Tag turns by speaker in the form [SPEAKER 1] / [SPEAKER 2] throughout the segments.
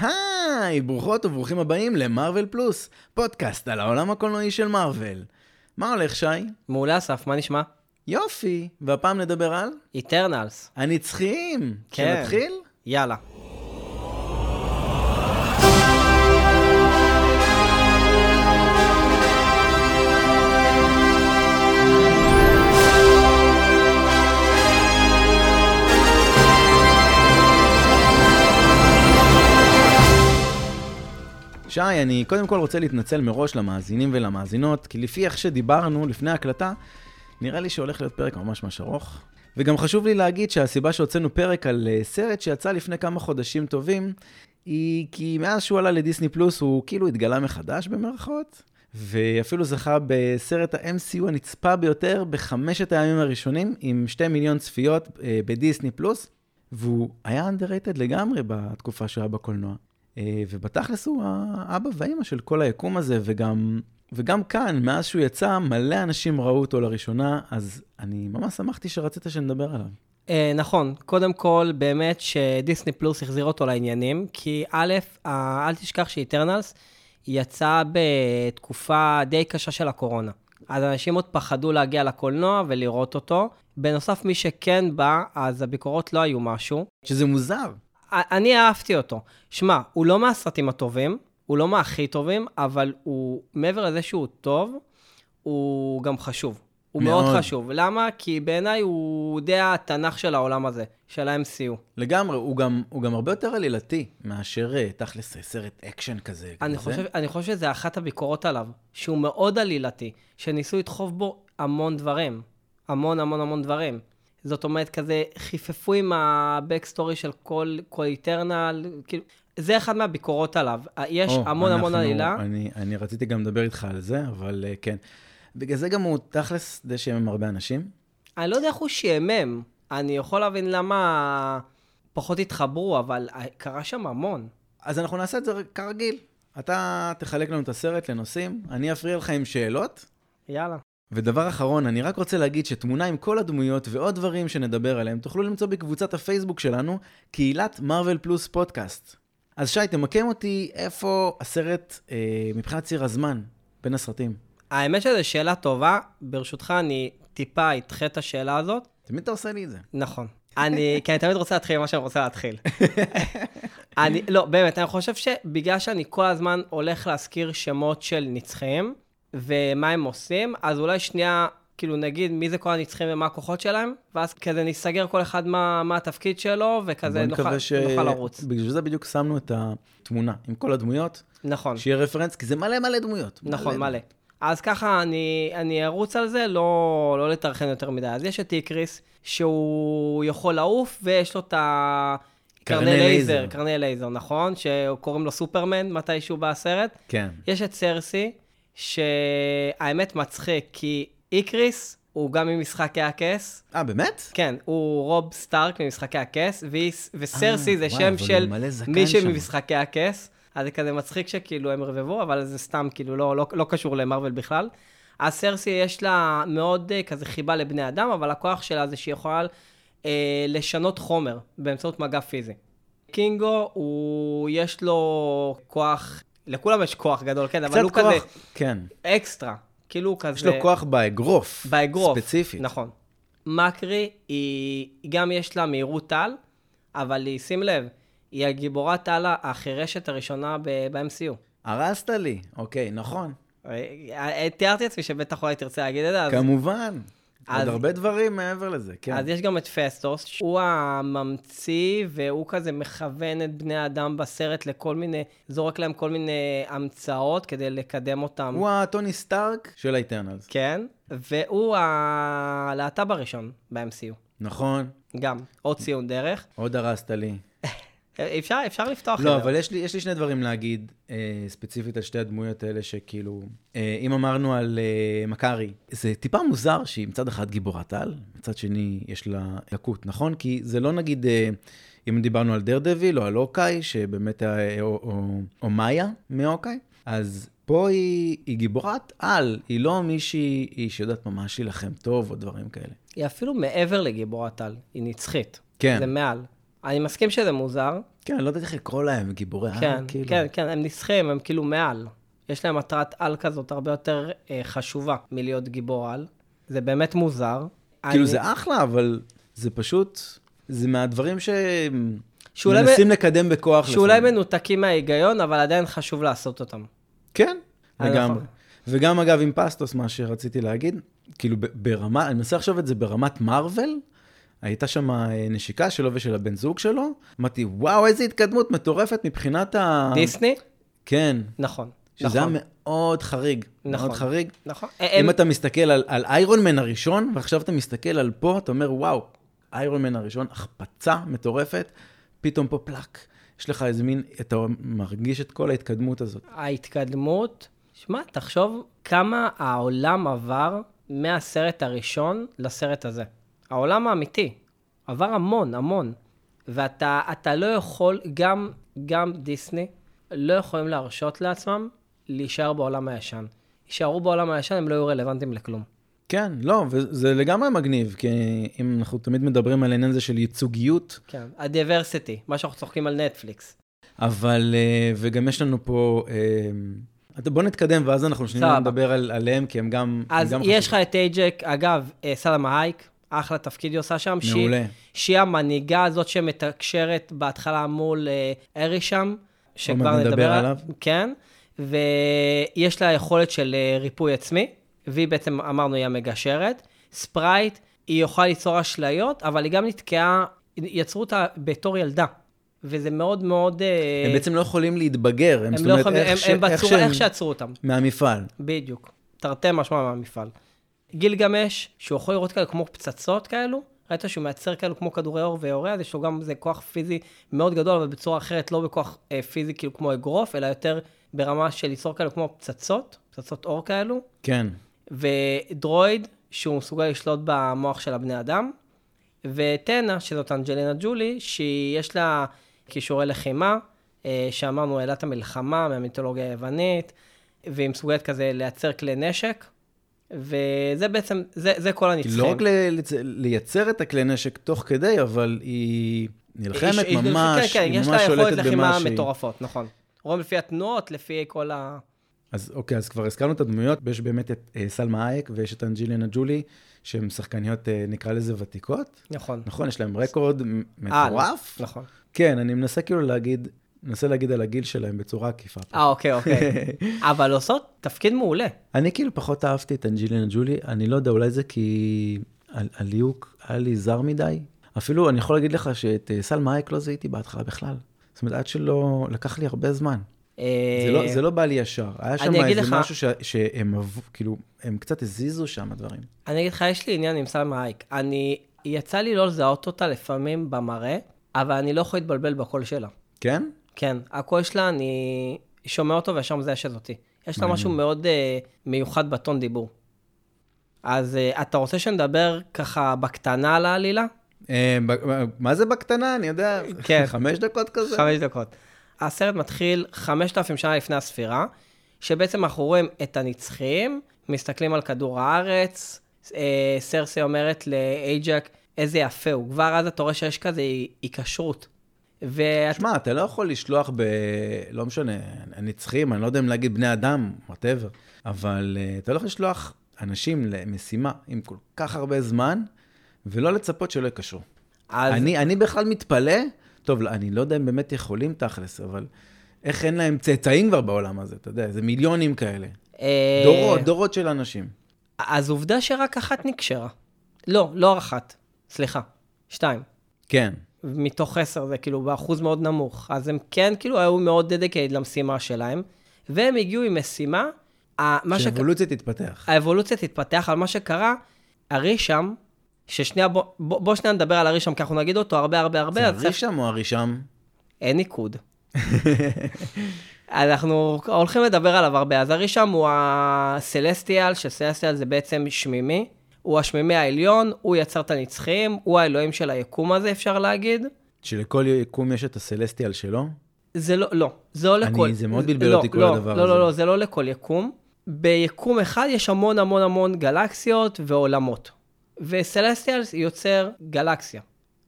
[SPEAKER 1] היי, ברוכות וברוכים הבאים למרוויל פלוס, פודקאסט על העולם הקולנועי של מארוול. מה הולך, שי?
[SPEAKER 2] מעולה, אסף, מה נשמע?
[SPEAKER 1] יופי, והפעם נדבר על
[SPEAKER 2] איטרנלס.
[SPEAKER 1] הנצחיים.
[SPEAKER 2] כן.
[SPEAKER 1] שנתחיל?
[SPEAKER 2] יאללה.
[SPEAKER 1] שי, אני קודם כל רוצה להתנצל מראש למאזינים ולמאזינות, כי לפי איך שדיברנו לפני ההקלטה, נראה לי שהולך להיות פרק ממש ממש ארוך. וגם חשוב לי להגיד שהסיבה שהוצאנו פרק על אה, סרט שיצא לפני כמה חודשים טובים, היא כי מאז שהוא עלה לדיסני פלוס הוא כאילו התגלה מחדש במרכאות, ואפילו זכה בסרט ה-MCU הנצפה ביותר בחמשת הימים הראשונים, עם שתי מיליון צפיות אה, בדיסני פלוס, והוא היה underrated לגמרי בתקופה שהוא היה בקולנוע. אה, ובתכלס הוא האבא והאימא של כל היקום הזה, וגם, וגם כאן, מאז שהוא יצא, מלא אנשים ראו אותו לראשונה, אז אני ממש שמחתי שרצית שנדבר עליו.
[SPEAKER 2] אה, נכון, קודם כל, באמת שדיסני פלוס החזיר אותו לעניינים, כי א', אה, אל תשכח שאיטרנלס יצאה בתקופה די קשה של הקורונה. אז אנשים עוד פחדו להגיע לקולנוע ולראות אותו. בנוסף, מי שכן בא, אז הביקורות לא היו משהו.
[SPEAKER 1] שזה מוזר.
[SPEAKER 2] אני אהבתי אותו. שמע, הוא לא מהסרטים הטובים, הוא לא מהכי טובים, אבל הוא, מעבר לזה שהוא טוב, הוא גם חשוב. הוא מאוד,
[SPEAKER 1] מאוד.
[SPEAKER 2] מאוד חשוב. למה? כי בעיניי הוא די התנ"ך של העולם הזה, של ה-MCU.
[SPEAKER 1] לגמרי, הוא גם, הוא גם הרבה יותר עלילתי מאשר אה, תכלס אה, סרט אקשן כזה.
[SPEAKER 2] אני
[SPEAKER 1] כזה.
[SPEAKER 2] חושב, אני חושב שזה אחת הביקורות עליו, שהוא מאוד עלילתי, שניסו לדחוף בו המון דברים. המון המון המון דברים. זאת אומרת, כזה חיפפו עם ה-Backstory של כל, כל איטרנל, כאילו, זה אחד מהביקורות עליו. יש
[SPEAKER 1] או,
[SPEAKER 2] המון המון
[SPEAKER 1] אנחנו-
[SPEAKER 2] עלילה.
[SPEAKER 1] אני, אני רציתי גם לדבר איתך על זה, אבל אה, כן. בגלל זה גם הוא תכלס די שהם הרבה אנשים.
[SPEAKER 2] אני לא יודע איך הוא שיאמם. אני יכול להבין למה פחות התחברו, אבל קרה שם המון.
[SPEAKER 1] אז אנחנו נעשה את זה כרגיל. אתה תחלק לנו את הסרט לנושאים, אני אפריע לך עם שאלות,
[SPEAKER 2] יאללה.
[SPEAKER 1] ודבר אחרון, אני רק רוצה להגיד שתמונה עם כל הדמויות ועוד דברים שנדבר עליהם תוכלו למצוא בקבוצת הפייסבוק שלנו, קהילת מרוויל פלוס פודקאסט. אז שי, תמקם אותי איפה הסרט אה, מבחינת ציר הזמן בין הסרטים.
[SPEAKER 2] האמת שזו שאלה טובה. ברשותך, אני טיפה אדחה את השאלה הזאת.
[SPEAKER 1] תמיד אתה עושה לי את זה.
[SPEAKER 2] נכון. אני, כי אני תמיד רוצה להתחיל מה שאני רוצה להתחיל. אני, לא, באמת, אני חושב שבגלל שאני כל הזמן הולך להזכיר שמות של נצחים, ומה הם עושים, אז אולי שנייה, כאילו נגיד מי זה כל הנצחים ומה הכוחות שלהם, ואז כזה ניסגר כל אחד מה, מה התפקיד שלו, וכזה
[SPEAKER 1] בוא
[SPEAKER 2] נוכל,
[SPEAKER 1] נקווה
[SPEAKER 2] ש... נוכל לרוץ.
[SPEAKER 1] בגלל זה בדיוק שמנו את התמונה עם כל הדמויות,
[SPEAKER 2] נכון,
[SPEAKER 1] שיהיה רפרנס, כי זה מלא מלא דמויות.
[SPEAKER 2] נכון, מלא. אז ככה אני, אני ארוץ על זה, לא, לא לטרחן יותר מדי. אז יש את איקריס, שהוא יכול לעוף, ויש לו את ה...
[SPEAKER 1] קרני
[SPEAKER 2] קרני
[SPEAKER 1] לייזר.
[SPEAKER 2] לייזר, קרני לייזר, נכון? שקוראים לו סופרמן מתישהו בסרט.
[SPEAKER 1] כן.
[SPEAKER 2] יש את סרסי, שהאמת מצחיק, כי איקריס הוא גם ממשחקי הכס,
[SPEAKER 1] אה, באמת?
[SPEAKER 2] כן, הוא רוב סטארק ממשחקי הכס, והיא- וסרסי
[SPEAKER 1] אה,
[SPEAKER 2] זה
[SPEAKER 1] וואי,
[SPEAKER 2] שם
[SPEAKER 1] אבל הוא
[SPEAKER 2] של
[SPEAKER 1] מלא זקן
[SPEAKER 2] מי
[SPEAKER 1] שם.
[SPEAKER 2] שממשחקי הכס. אז זה כזה מצחיק שכאילו הם ערבבו, אבל זה סתם כאילו לא, לא, לא קשור למרוויל בכלל. אז סרסי יש לה מאוד אה, כזה חיבה לבני אדם, אבל הכוח שלה זה שהיא יכולה אה, לשנות חומר באמצעות מגע פיזי. קינגו, הוא, יש לו כוח, לכולם יש כוח גדול, כן, אבל
[SPEAKER 1] קצת
[SPEAKER 2] הוא כזה
[SPEAKER 1] כוח, כן.
[SPEAKER 2] אקסטרה. כאילו הוא כזה...
[SPEAKER 1] יש לו כוח באגרוף.
[SPEAKER 2] באגרוף.
[SPEAKER 1] ספציפית.
[SPEAKER 2] נכון. מקרי, היא היא גם יש לה מהירות על, אבל היא, שים לב, היא הגיבורת על החירשת הראשונה ב- ב-MCU.
[SPEAKER 1] הרסת לי. אוקיי, נכון.
[SPEAKER 2] אה, אה, תיארתי לעצמי שבטח אולי תרצה להגיד את זה, אז,
[SPEAKER 1] כמובן.
[SPEAKER 2] אז-
[SPEAKER 1] עוד הרבה דברים מעבר לזה, כן.
[SPEAKER 2] אז יש גם את פסטוס, שהוא הממציא, והוא כזה מכוון את בני האדם בסרט לכל מיני, זורק להם כל מיני המצאות כדי לקדם אותם.
[SPEAKER 1] הוא הטוני סטארק של האיטרנלס.
[SPEAKER 2] כן, והוא הלהט"ב הראשון ב-MCU,
[SPEAKER 1] נכון,
[SPEAKER 2] גם. עוד ציון דרך.
[SPEAKER 1] עוד הרסת לי.
[SPEAKER 2] אפשר, אפשר לפתוח
[SPEAKER 1] לא, אבל יש לי, יש לי שני דברים להגיד, אה, ספציפית על שתי הדמויות האלה, שכאילו, אה, אם אמרנו על אה, מקארי, זה טיפה מוזר שהיא מצד אחד גיבורת על, מצד שני יש לה לקות, נכון? כי זה לא נגיד, אה, אם דיברנו על דר דביל או על אוקיי, שבאמת, אה, או, או, או מאיה מאוקיי, אז פה היא, היא גיבורת על, היא לא מישהי היא שיודעת ממש להילחם טוב או דברים כאלה.
[SPEAKER 2] היא אפילו מעבר לגיבורת על, היא נצחית.
[SPEAKER 1] כן.
[SPEAKER 2] זה מעל. אני מסכים שזה מוזר.
[SPEAKER 1] כן, לא יודעת איך לקרוא להם, גיבורי על,
[SPEAKER 2] כן,
[SPEAKER 1] כאילו.
[SPEAKER 2] כן, כן, הם נסחים, הם כאילו מעל. יש להם מטרת על כזאת הרבה יותר אה, חשובה מלהיות גיבור על. זה באמת מוזר.
[SPEAKER 1] כאילו
[SPEAKER 2] אני-
[SPEAKER 1] זה אחלה, אבל זה פשוט, זה מהדברים
[SPEAKER 2] שאולי ב-
[SPEAKER 1] שמנסים לקדם בכוח.
[SPEAKER 2] שאולי
[SPEAKER 1] לפעמים.
[SPEAKER 2] מנותקים מההיגיון, אבל עדיין חשוב לעשות אותם.
[SPEAKER 1] כן,
[SPEAKER 2] אה,
[SPEAKER 1] לגמרי.
[SPEAKER 2] נכון.
[SPEAKER 1] וגם אגב עם פסטוס, מה שרציתי להגיד, כאילו ב- ברמה, אני מנסה לחשוב את זה ברמת מארוול, הייתה שם אה, נשיקה שלו ושל הבן זוג שלו, אמרתי, וואו, איזו התקדמות מטורפת מבחינת ה...
[SPEAKER 2] דיסני?
[SPEAKER 1] כן,
[SPEAKER 2] נכון.
[SPEAKER 1] אה. שזה היה
[SPEAKER 2] נכון.
[SPEAKER 1] מאוד חריג, מאוד
[SPEAKER 2] נכון.
[SPEAKER 1] חריג.
[SPEAKER 2] נכון.
[SPEAKER 1] אם
[SPEAKER 2] הם-
[SPEAKER 1] אתה מסתכל על, על איירון מן הראשון, ועכשיו אתה מסתכל על פה, אתה אומר, וואו, איירון מן הראשון, החפצה מטורפת, פתאום פה פלאק. יש לך איזה מין, אתה מרגיש את כל ההתקדמות הזאת.
[SPEAKER 2] ההתקדמות, שמע, תחשוב כמה העולם עבר מהסרט הראשון לסרט הזה. העולם האמיתי עבר המון, המון. ואתה אתה לא יכול, גם, גם דיסני, לא יכולים להרשות לעצמם להישאר בעולם הישן. יישארו בעולם הישן, הם לא יהיו רלוונטיים לכלום.
[SPEAKER 1] כן, לא, וזה לגמרי מגניב, כי אם אנחנו תמיד מדברים על העניין הזה של ייצוגיות,
[SPEAKER 2] כן, הדייברסיטי, מה שאנחנו צוחקים על נטפליקס.
[SPEAKER 1] אבל, אה, וגם יש לנו פה, אה, אתה- בוא נתקדם, ואז אנחנו שנייה
[SPEAKER 2] סבבה.
[SPEAKER 1] נדבר על, עליהם, כי הם גם, הם
[SPEAKER 2] אז
[SPEAKER 1] גם
[SPEAKER 2] יש לך את אייג'ק, אגב, אה, סלמה הייק, אחלה תפקיד היא עושה שם. שהיא-
[SPEAKER 1] מעולה.
[SPEAKER 2] שהיא המנהיגה הזאת שמתקשרת בהתחלה מול אה, ארי שם, שכבר
[SPEAKER 1] נדבר
[SPEAKER 2] נדבר על-
[SPEAKER 1] עליו.
[SPEAKER 2] כן, ויש לה יכולת של אה, ריפוי עצמי, והיא בעצם, אמרנו, היא המגשרת. ספרייט, היא יכולה ליצור אשליות, אבל היא גם נתקעה, יצרו אותה בתור ילדה, וזה מאוד מאוד... אה,
[SPEAKER 1] הם בעצם לא יכולים להתבגר, הם,
[SPEAKER 2] הם
[SPEAKER 1] זאת
[SPEAKER 2] לא
[SPEAKER 1] אומרת,
[SPEAKER 2] יכולים,
[SPEAKER 1] איך,
[SPEAKER 2] הם,
[SPEAKER 1] ש...
[SPEAKER 2] הם
[SPEAKER 1] איך
[SPEAKER 2] בצורה,
[SPEAKER 1] שהם,
[SPEAKER 2] איך שעצרו אותם.
[SPEAKER 1] מהמפעל.
[SPEAKER 2] בדיוק. תרתי משמע מהמפעל. גילגמש, שהוא יכול לראות כאלה כמו פצצות כאלו, ראית שהוא מייצר כאלו כמו כדורי אור ויורה, אז יש לו גם, זה כוח פיזי מאוד גדול, אבל בצורה אחרת, לא בכוח אה, פיזי כאילו כמו אגרוף, אלא יותר ברמה של ליצור כאלו כמו פצצות, פצצות אור כאלו,
[SPEAKER 1] כן.
[SPEAKER 2] ודרויד, שהוא מסוגל לשלוט במוח של הבני אדם, וטנה, שזאת אנג'לינה ג'ולי, שיש לה כישורי לחימה, אה, שאמרנו, אלת המלחמה מהמיתולוגיה היוונית, והיא מסוגלת כזה לייצר כלי נשק, וזה בעצם, זה, זה כל הנצחים.
[SPEAKER 1] לא רק ל- לצ- לייצר את הכלי נשק תוך כדי, אבל היא נלחמת
[SPEAKER 2] היא- היא-
[SPEAKER 1] ממש,
[SPEAKER 2] כן, כן,
[SPEAKER 1] היא
[SPEAKER 2] יש
[SPEAKER 1] ממש
[SPEAKER 2] לה יכולת
[SPEAKER 1] שולטת
[SPEAKER 2] לחימה
[SPEAKER 1] במה שהיא.
[SPEAKER 2] מטורפות, נכון. רואים לפי התנועות, לפי כל ה...
[SPEAKER 1] אז אוקיי, אז כבר הזכרנו את הדמויות, יש באמת את אה, סלמה אייק ויש את אנג'ילינה ג'ולי, שהן שחקניות, אה, נקרא לזה, ותיקות.
[SPEAKER 2] נכון.
[SPEAKER 1] נכון, יש להם רקורד מ-
[SPEAKER 2] אה,
[SPEAKER 1] מטורף.
[SPEAKER 2] נכון.
[SPEAKER 1] כן, אני מנסה כאילו להגיד, מנסה להגיד על הגיל שלהם בצורה עקיפה.
[SPEAKER 2] אה, אוקיי, אוקיי. אבל עושות תפקיד מעולה.
[SPEAKER 1] אני כאילו פחות אהבתי את אנג'ילינה ג'ולי, אני לא יודע, אולי זה כי ה- הליהוק היה לי זר מדי. אפילו אני יכול להגיד לך שאת אה, סלמה אייק לא זיהיתי בהתחלה בכלל. זאת אומרת, עד שלא, לקח לי הרבה זמן. זה לא, זה לא בא לי ישר. היה שם
[SPEAKER 2] אה, אני אגיד
[SPEAKER 1] איזה
[SPEAKER 2] לך-
[SPEAKER 1] משהו ש, שהם, עבו- כאילו, הם קצת הזיזו שם הדברים.
[SPEAKER 2] אני אגיד לך, יש לי עניין עם סלמה אייק. אני, יצא לי לא לזהות אותה לפעמים במראה, אבל אני לא יכול להתבלבל בקול שלה.
[SPEAKER 1] כן?
[SPEAKER 2] כן, הקול שלה, אני שומע אותו וישר מזייש אותי. יש לה
[SPEAKER 1] מעניין.
[SPEAKER 2] משהו מאוד אה, מיוחד בטון דיבור. אז אה, אתה רוצה שנדבר ככה בקטנה על העלילה?
[SPEAKER 1] אה, ב- מה זה בקטנה? אני יודע,
[SPEAKER 2] כן.
[SPEAKER 1] חמש דקות כזה?
[SPEAKER 2] חמש דקות. הסרט מתחיל 5,000 שנה לפני הספירה, שבעצם אנחנו רואים את הנצחיים, מסתכלים על כדור הארץ, אה, סרסי אומרת לאייג'ק, איזה יפה הוא. כבר אז אתה רואה שיש כזה היקשרות. ואת...
[SPEAKER 1] שמע, אתה לא יכול לשלוח ב... לא משנה, הנצחים, אני לא יודע אם להגיד בני אדם, וואטאבר, אבל אה, אתה לא יכול לשלוח אנשים למשימה עם כל כך הרבה זמן, ולא לצפות שלא יקשרו.
[SPEAKER 2] אז...
[SPEAKER 1] אני, אני בכלל מתפלא, טוב, לא, אני לא יודע אם באמת יכולים תכלס, אבל איך אין להם צאצאים כבר בעולם הזה, אתה יודע, זה מיליונים כאלה.
[SPEAKER 2] אה,
[SPEAKER 1] דורות, דורות של אנשים.
[SPEAKER 2] אז עובדה שרק אחת נקשרה. לא, לא אחת. סליחה. שתיים.
[SPEAKER 1] כן.
[SPEAKER 2] מתוך עשר זה כאילו באחוז מאוד נמוך. אז הם כן כאילו היו מאוד דדיקייד למשימה שלהם, והם הגיעו עם משימה, ה- מה שק-
[SPEAKER 1] שאבולוציה תתפתח.
[SPEAKER 2] האבולוציה תתפתח על מה שקרה, הרישם, ששנייה, בוא, בוא, בוא שנייה נדבר על הרישם, כי אנחנו נגיד אותו הרבה הרבה הרבה,
[SPEAKER 1] זה
[SPEAKER 2] אז צריך-
[SPEAKER 1] הרישם או הרישם?
[SPEAKER 2] אין ניקוד. אנחנו הולכים לדבר עליו הרבה. אז הראשון הוא הסלסטיאל, שסלסטיאל זה בעצם שמימי. הוא השמימי העליון, הוא יצר את הנצחיים, הוא האלוהים של היקום הזה, אפשר להגיד.
[SPEAKER 1] שלכל יקום יש את הסלסטיאל שלו?
[SPEAKER 2] זה לא, לא, זה לא
[SPEAKER 1] אני-
[SPEAKER 2] לכל...
[SPEAKER 1] זה מאוד בלבל
[SPEAKER 2] לא,
[SPEAKER 1] אותי כל
[SPEAKER 2] לא,
[SPEAKER 1] הדבר
[SPEAKER 2] לא,
[SPEAKER 1] הזה.
[SPEAKER 2] לא, לא, זה לא לכל יקום. ביקום אחד יש המון המון המון גלקסיות ועולמות. וסלסטיאל יוצר גלקסיה,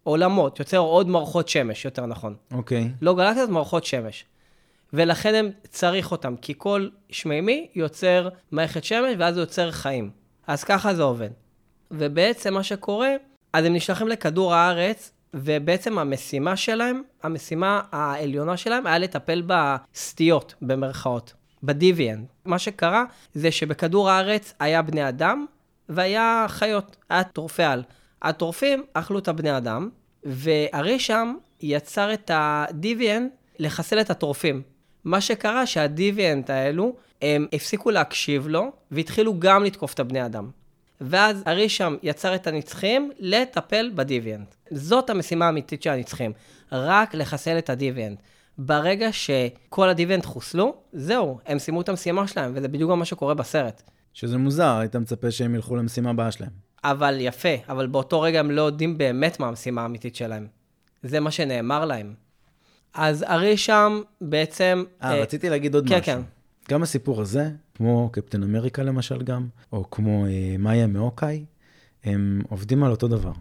[SPEAKER 2] עולמות, יוצר עוד מערכות שמש, יותר נכון.
[SPEAKER 1] אוקיי.
[SPEAKER 2] לא גלקסיות, מערכות שמש. ולכן הם צריך אותם, כי כל שמימי יוצר מערכת שמש, ואז זה יוצר חיים. אז ככה זה עובד. ובעצם מה שקורה, אז הם נשלחים לכדור הארץ, ובעצם המשימה שלהם, המשימה העליונה שלהם, היה לטפל בסטיות, במרכאות, בדיביאן. מה שקרה, זה שבכדור הארץ היה בני אדם, והיה חיות, היה טורפי על. הטורפים אכלו את הבני אדם, והרשם יצר את הדיביאן לחסל את הטורפים. מה שקרה שהדיביאנט האלו, הם הפסיקו להקשיב לו, והתחילו גם לתקוף את הבני אדם. ואז הרישם יצר את הנצחים לטפל בדיביאנט. זאת המשימה האמיתית של הנצחים, רק לחסל את הדיביאנט. ברגע שכל הדיביאנט חוסלו, זהו, הם סיימו את המשימה שלהם, וזה בדיוק גם מה שקורה בסרט.
[SPEAKER 1] שזה מוזר, היית מצפה שהם ילכו למשימה הבאה שלהם.
[SPEAKER 2] אבל יפה, אבל באותו רגע הם לא יודעים באמת מה המשימה האמיתית שלהם. זה מה שנאמר להם. אז ארי שם בעצם...
[SPEAKER 1] אה, רציתי להגיד עוד
[SPEAKER 2] כן,
[SPEAKER 1] משהו.
[SPEAKER 2] כן.
[SPEAKER 1] גם הסיפור הזה, כמו קפטן אמריקה למשל גם, או כמו אה, מאיה מאוקאי, הם עובדים על אותו דבר.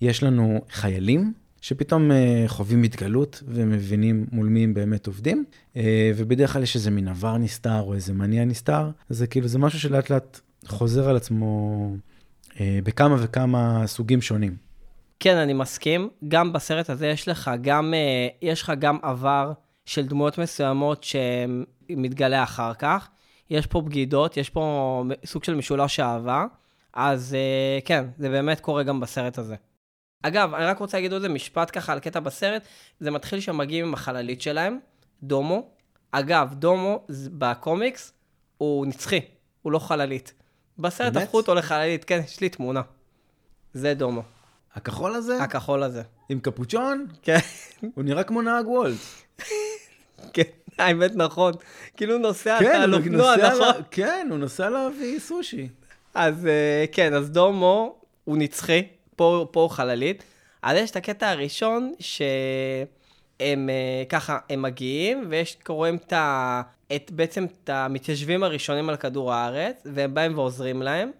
[SPEAKER 1] יש לנו חיילים שפתאום אה, חווים התגלות ומבינים מול מי הם באמת עובדים, אה, ובדרך כלל יש איזה מין עבר נסתר או איזה מניע נסתר, זה כאילו, זה משהו שלאט לאט חוזר על עצמו אה, בכמה וכמה סוגים שונים.
[SPEAKER 2] כן, אני מסכים. גם בסרט הזה יש לך גם, אה, יש לך גם עבר של דמויות מסוימות שמתגלה אחר כך. יש פה בגידות, יש פה מ- סוג של משולש אהבה. אז אה, כן, זה באמת קורה גם בסרט הזה. אגב, אני רק רוצה להגיד עוד איזה משפט ככה על קטע בסרט. זה מתחיל שהם מגיעים עם החללית שלהם, דומו. אגב, דומו ז- בקומיקס הוא נצחי, הוא לא חללית. בסרט
[SPEAKER 1] באמת?
[SPEAKER 2] הפכו אותו לחללית, כן, יש לי תמונה. זה דומו,
[SPEAKER 1] הכחול הזה,
[SPEAKER 2] הכחול הזה.
[SPEAKER 1] עם קפוצ'ון,
[SPEAKER 2] כן,
[SPEAKER 1] הוא נראה כמו נהג וולט.
[SPEAKER 2] כן, האמת נכון. כאילו נוסע
[SPEAKER 1] כן,
[SPEAKER 2] על
[SPEAKER 1] הוא
[SPEAKER 2] אופנוע,
[SPEAKER 1] נוסע לה-
[SPEAKER 2] נכון.
[SPEAKER 1] כן, הוא נוסע להביא סושי.
[SPEAKER 2] אז אה, כן, אז דומו הוא נצחי, פה פה הוא חללית. אז יש את הקטע הראשון שהם אה, ככה, הם מגיעים, ויש, רואים את ה... את בעצם את המתיישבים הראשונים על כדור הארץ, והם באים ועוזרים להם.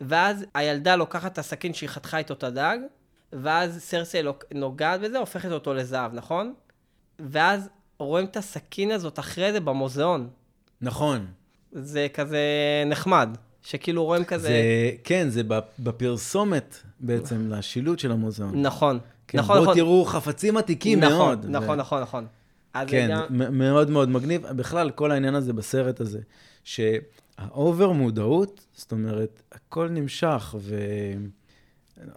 [SPEAKER 2] ואז הילדה לוקחת את הסכין שהיא חתכה איתו את הדג, ואז סרסי לוק- נוגעת בזה, הופכת אותו לזהב, נכון? ואז רואים את הסכין הזאת אחרי זה במוזיאון.
[SPEAKER 1] נכון.
[SPEAKER 2] זה כזה נחמד, שכאילו רואים כזה...
[SPEAKER 1] זה, כן, זה בפ- בפרסומת בעצם לשילוט של המוזיאון.
[SPEAKER 2] נכון,
[SPEAKER 1] כן,
[SPEAKER 2] נכון,
[SPEAKER 1] בואו
[SPEAKER 2] נכון.
[SPEAKER 1] תראו חפצים עתיקים
[SPEAKER 2] נכון,
[SPEAKER 1] מאוד.
[SPEAKER 2] נכון,
[SPEAKER 1] ו-
[SPEAKER 2] נכון, נכון. אז
[SPEAKER 1] כן,
[SPEAKER 2] גם-
[SPEAKER 1] מ- מאוד מאוד מגניב. בכלל, כל העניין הזה בסרט הזה, שהאובר מודעות, זאת אומרת, הכל נמשך, ו...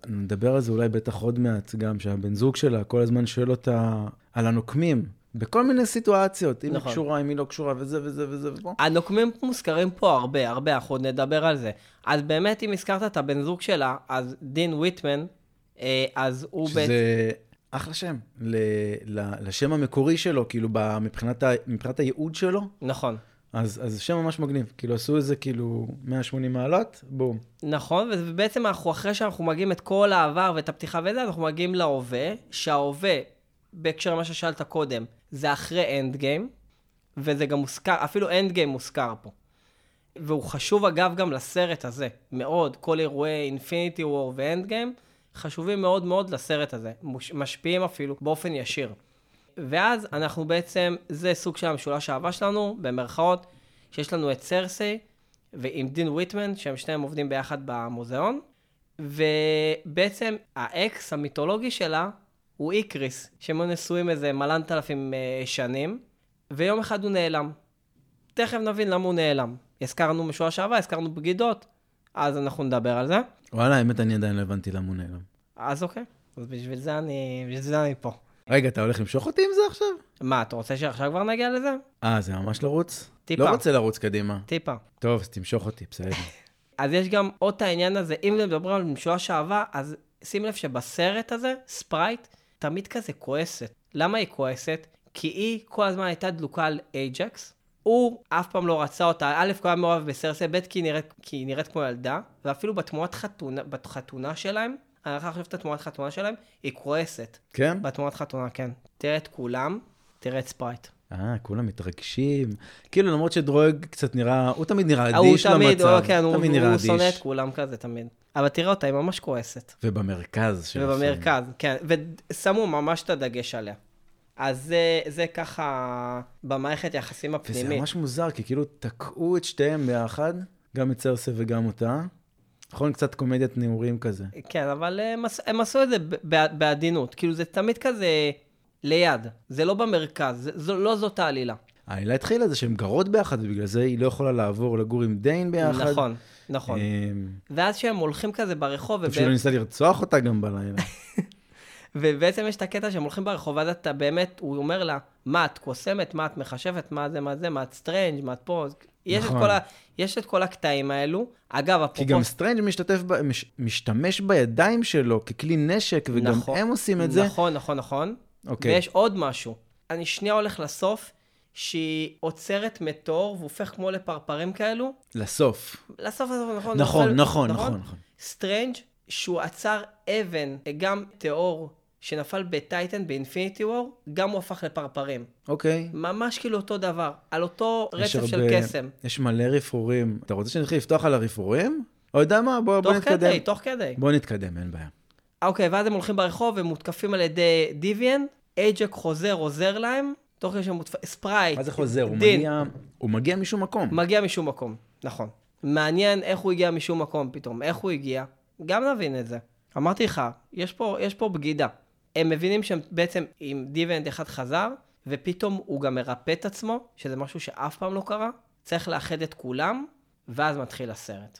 [SPEAKER 1] נדבר על זה אולי בטח עוד מעט גם, שהבן זוג שלה כל הזמן שואל אותה על הנוקמים, בכל מיני סיטואציות, אם
[SPEAKER 2] נכון.
[SPEAKER 1] היא קשורה, אם היא לא קשורה, וזה וזה וזה ופה.
[SPEAKER 2] הנוקמים מוזכרים פה הרבה, הרבה, אנחנו עוד נדבר על זה. אז באמת, אם הזכרת את הבן זוג שלה, אז דין ויטמן, אה, אז הוא בעצם...
[SPEAKER 1] שזה אחלה שם, ל, ל, לשם המקורי שלו, כאילו, ב, מבחינת, ה, מבחינת הייעוד שלו,
[SPEAKER 2] נכון.
[SPEAKER 1] אז, אז שם ממש מגניב. כאילו, עשו את זה כאילו 180 מעלות, בום.
[SPEAKER 2] נכון, ובעצם אנחנו, אחרי שאנחנו מגיעים את כל העבר ואת הפתיחה וזה, אנחנו מגיעים להווה, שההווה, בהקשר למה ששאלת קודם, זה אחרי אנד גיים, וזה גם מוזכר, אפילו אנד גיים מוזכר פה. והוא חשוב אגב גם לסרט הזה, מאוד, כל אירועי אינפיניטי וור ואנד גיים, חשובים מאוד מאוד לסרט הזה, מוש- משפיעים אפילו באופן ישיר. ואז אנחנו בעצם, זה סוג של המשולש האהבה שלנו, במרכאות, שיש לנו את סרסי ועם דין ויטמן, שהם שניהם עובדים ביחד במוזיאון, ובעצם האקס המיתולוגי שלה הוא איקריס, שהם היו נשואים איזה מלנת אלפים אה, שנים, ויום אחד הוא נעלם. תכף נבין למה הוא נעלם. הזכרנו משולש אהבה, הזכרנו בגידות, אז אנחנו נדבר על זה.
[SPEAKER 1] וואלה, האמת, אני עדיין לא הבנתי למה הוא נעלם. אז...
[SPEAKER 2] אז אוקיי, אז בשביל זה אני, בשביל זה אני פה.
[SPEAKER 1] רגע, אתה הולך למשוך אותי עם זה עכשיו?
[SPEAKER 2] מה, אתה רוצה שעכשיו כבר נגיע לזה?
[SPEAKER 1] אה, זה ממש לרוץ?
[SPEAKER 2] טיפה.
[SPEAKER 1] לא רוצה לרוץ קדימה.
[SPEAKER 2] טיפה.
[SPEAKER 1] טוב, אז תמשוך אותי, בסדר.
[SPEAKER 2] אז יש גם עוד את העניין הזה, אם מדברים על משולש אהבה, אז שים לב שבסרט הזה, ספרייט תמיד כזה כועסת. למה היא כועסת? כי היא כל הזמן הייתה דלוקה על אייג'קס. הוא אף פעם לא רצה אותה, א', כי הוא היה מאוהב בסרסי, ב', כי היא נראית, כי היא נראית כמו ילדה, ואפילו בתמונת חתונה, בחתונה שלהם, אני הולך לחשוב את התמונת חתונה שלהם, היא כועסת.
[SPEAKER 1] כן?
[SPEAKER 2] בתמונת חתונה, כן. תראה את כולם, תראה את ספרייט.
[SPEAKER 1] אה, כולם מתרגשים. כאילו, למרות שדרוג קצת נראה, הוא תמיד נראה
[SPEAKER 2] ההוא
[SPEAKER 1] אדיש למצב.
[SPEAKER 2] תמיד, הוא- כן, הוא
[SPEAKER 1] תמיד נראה
[SPEAKER 2] הוא שונא את
[SPEAKER 1] אדיש.
[SPEAKER 2] כולם כזה, תמיד. אבל תראה אותה, היא ממש כועסת.
[SPEAKER 1] ובמרכז של הסרט.
[SPEAKER 2] ובמרכז, כן, ושמו ממש את הדגש עליה. אז זה, זה ככה במערכת יחסים
[SPEAKER 1] וזה
[SPEAKER 2] הפנימית.
[SPEAKER 1] ממש מוזר, כי כאילו תקעו את שתיהם ביחד, גם את סרסה וגם אותה. נכון? קצת קומדיית נעורים כזה.
[SPEAKER 2] כן, אבל הם, עש- הם עשו את זה ב- ב- בעדינות. כאילו, זה תמיד כזה ליד. זה לא במרכז, זה, זו, לא זאת העלילה.
[SPEAKER 1] העלילה התחילה זה שהן גרות ביחד, ובגלל זה היא לא יכולה לעבור לגור עם דיין ביחד.
[SPEAKER 2] נכון, נכון.
[SPEAKER 1] אמ,
[SPEAKER 2] ואז שהם הולכים כזה ברחוב,
[SPEAKER 1] טוב שהוא לא ניסה לרצוח אותה גם בלילה.
[SPEAKER 2] ובעצם יש את הקטע שהם הולכים ברחוב, ואז אתה באמת, הוא אומר לה, מה את קוסמת, מה את מחשבת, מה זה, מה זה, מה את סטרנג', מה את פה. אז יש,
[SPEAKER 1] נכון.
[SPEAKER 2] את כל ה... יש את כל הקטעים האלו. אגב,
[SPEAKER 1] כי
[SPEAKER 2] אפרופו...
[SPEAKER 1] גם סטרנג' משתתף, ב- מש- משתמש בידיים שלו ככלי נשק, וגם
[SPEAKER 2] נכון,
[SPEAKER 1] הם עושים את זה.
[SPEAKER 2] נכון, נכון, נכון.
[SPEAKER 1] אוקיי.
[SPEAKER 2] ויש עוד משהו. אני שנייה הולך לסוף, שהיא עוצרת מטאור והופך כמו לפרפרים כאלו.
[SPEAKER 1] לסוף.
[SPEAKER 2] לסוף הזה, נכון.
[SPEAKER 1] נכון,
[SPEAKER 2] זה-
[SPEAKER 1] נכון, נכון, נכון.
[SPEAKER 2] סטרנג' שהוא עצר אבן, גם טאור שנפל בטייטן באינפיניטי וור, גם הוא הפך לפרפרים.
[SPEAKER 1] אוקיי.
[SPEAKER 2] ממש כאילו אותו דבר, על אותו
[SPEAKER 1] יש
[SPEAKER 2] רצף של
[SPEAKER 1] הרבה-
[SPEAKER 2] קסם.
[SPEAKER 1] יש מלא רפרורים. אתה רוצה שנתחיל לפתוח על הרפרורים? או יודע מה? בוא בוא
[SPEAKER 2] תוך
[SPEAKER 1] נתקדם.
[SPEAKER 2] כדי, תוך כדי.
[SPEAKER 1] בוא נתקדם, אין בעיה.
[SPEAKER 2] אוקיי, ואז הם הולכים ברחוב, הם מותקפים על ידי דיוויאן, אייג'ק חוזר, עוזר להם, תוך כדי שהם מותקפים, ספרייט,
[SPEAKER 1] מה זה חוזר? הוא
[SPEAKER 2] דין.
[SPEAKER 1] מגיע... הוא מגיע משום מקום.
[SPEAKER 2] מגיע משום מקום, נכון. מעניין איך הוא הגיע משום מקום פתאום, איך הוא הגיע, גם נבין את זה. אמרתי לך, יש פה, יש פה בגידה. הם מבינים שהם בעצם, אם דיוויאנד אחד חזר, ופתאום הוא גם מרפא את עצמו, שזה משהו שאף פעם לא קרה, צריך לאחד את כולם, ואז מתחיל הסרט.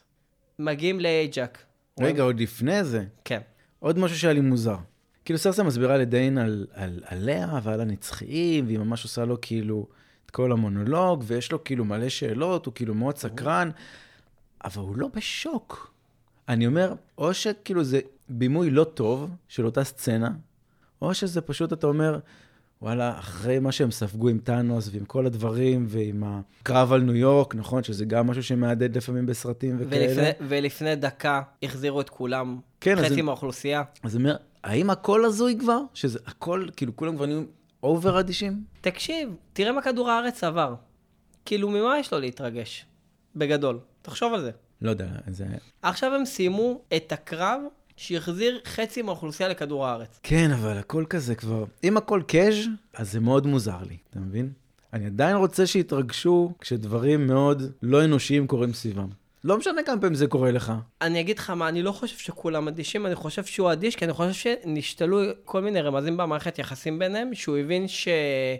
[SPEAKER 2] מגיעים לאייג'ק.
[SPEAKER 1] רגע, עוד לפני זה,
[SPEAKER 2] כן.
[SPEAKER 1] עוד משהו שהיה לי מוזר. כאילו סרסה מסבירה לדיין על, על, עליה ועל הנצחיים, והיא ממש עושה לו כאילו את כל המונולוג, ויש לו כאילו מלא שאלות, הוא כאילו מאוד סקרן, אבל הוא לא בשוק. אני אומר, או שכאילו זה בימוי לא טוב של אותה סצנה, או שזה פשוט, אתה אומר, וואלה, אחרי מה שהם ספגו עם טאנוס ועם כל הדברים, ועם הקרב על ניו יורק, נכון, שזה גם משהו שמהדהד לפעמים בסרטים וכאלה.
[SPEAKER 2] ולפני, ולפני דקה החזירו את כולם,
[SPEAKER 1] כן, אז
[SPEAKER 2] חצי
[SPEAKER 1] הם-
[SPEAKER 2] מהאוכלוסייה.
[SPEAKER 1] אז אני אומר, האם הכל הזוי כבר? שזה הכל, כאילו, כולם כבר נהיו אובר אדישים?
[SPEAKER 2] תקשיב, תראה מה כדור הארץ עבר. כאילו, ממה יש לו להתרגש? בגדול. תחשוב על זה.
[SPEAKER 1] לא יודע, זה...
[SPEAKER 2] עכשיו הם סיימו את הקרב שהחזיר חצי מהאוכלוסייה לכדור הארץ.
[SPEAKER 1] כן, אבל הכל כזה כבר... אם הכל קאז', אז זה מאוד מוזר לי, אתה מבין? אני עדיין רוצה שיתרגשו כשדברים מאוד לא אנושיים קורים סביבם. לא משנה כמה פעמים זה קורה לך.
[SPEAKER 2] אני אגיד לך מה, אני לא חושב שכולם אדישים, אני חושב שהוא אדיש, כי אני חושב שנשתלו כל מיני רמזים במערכת יחסים ביניהם, שהוא הבין ש...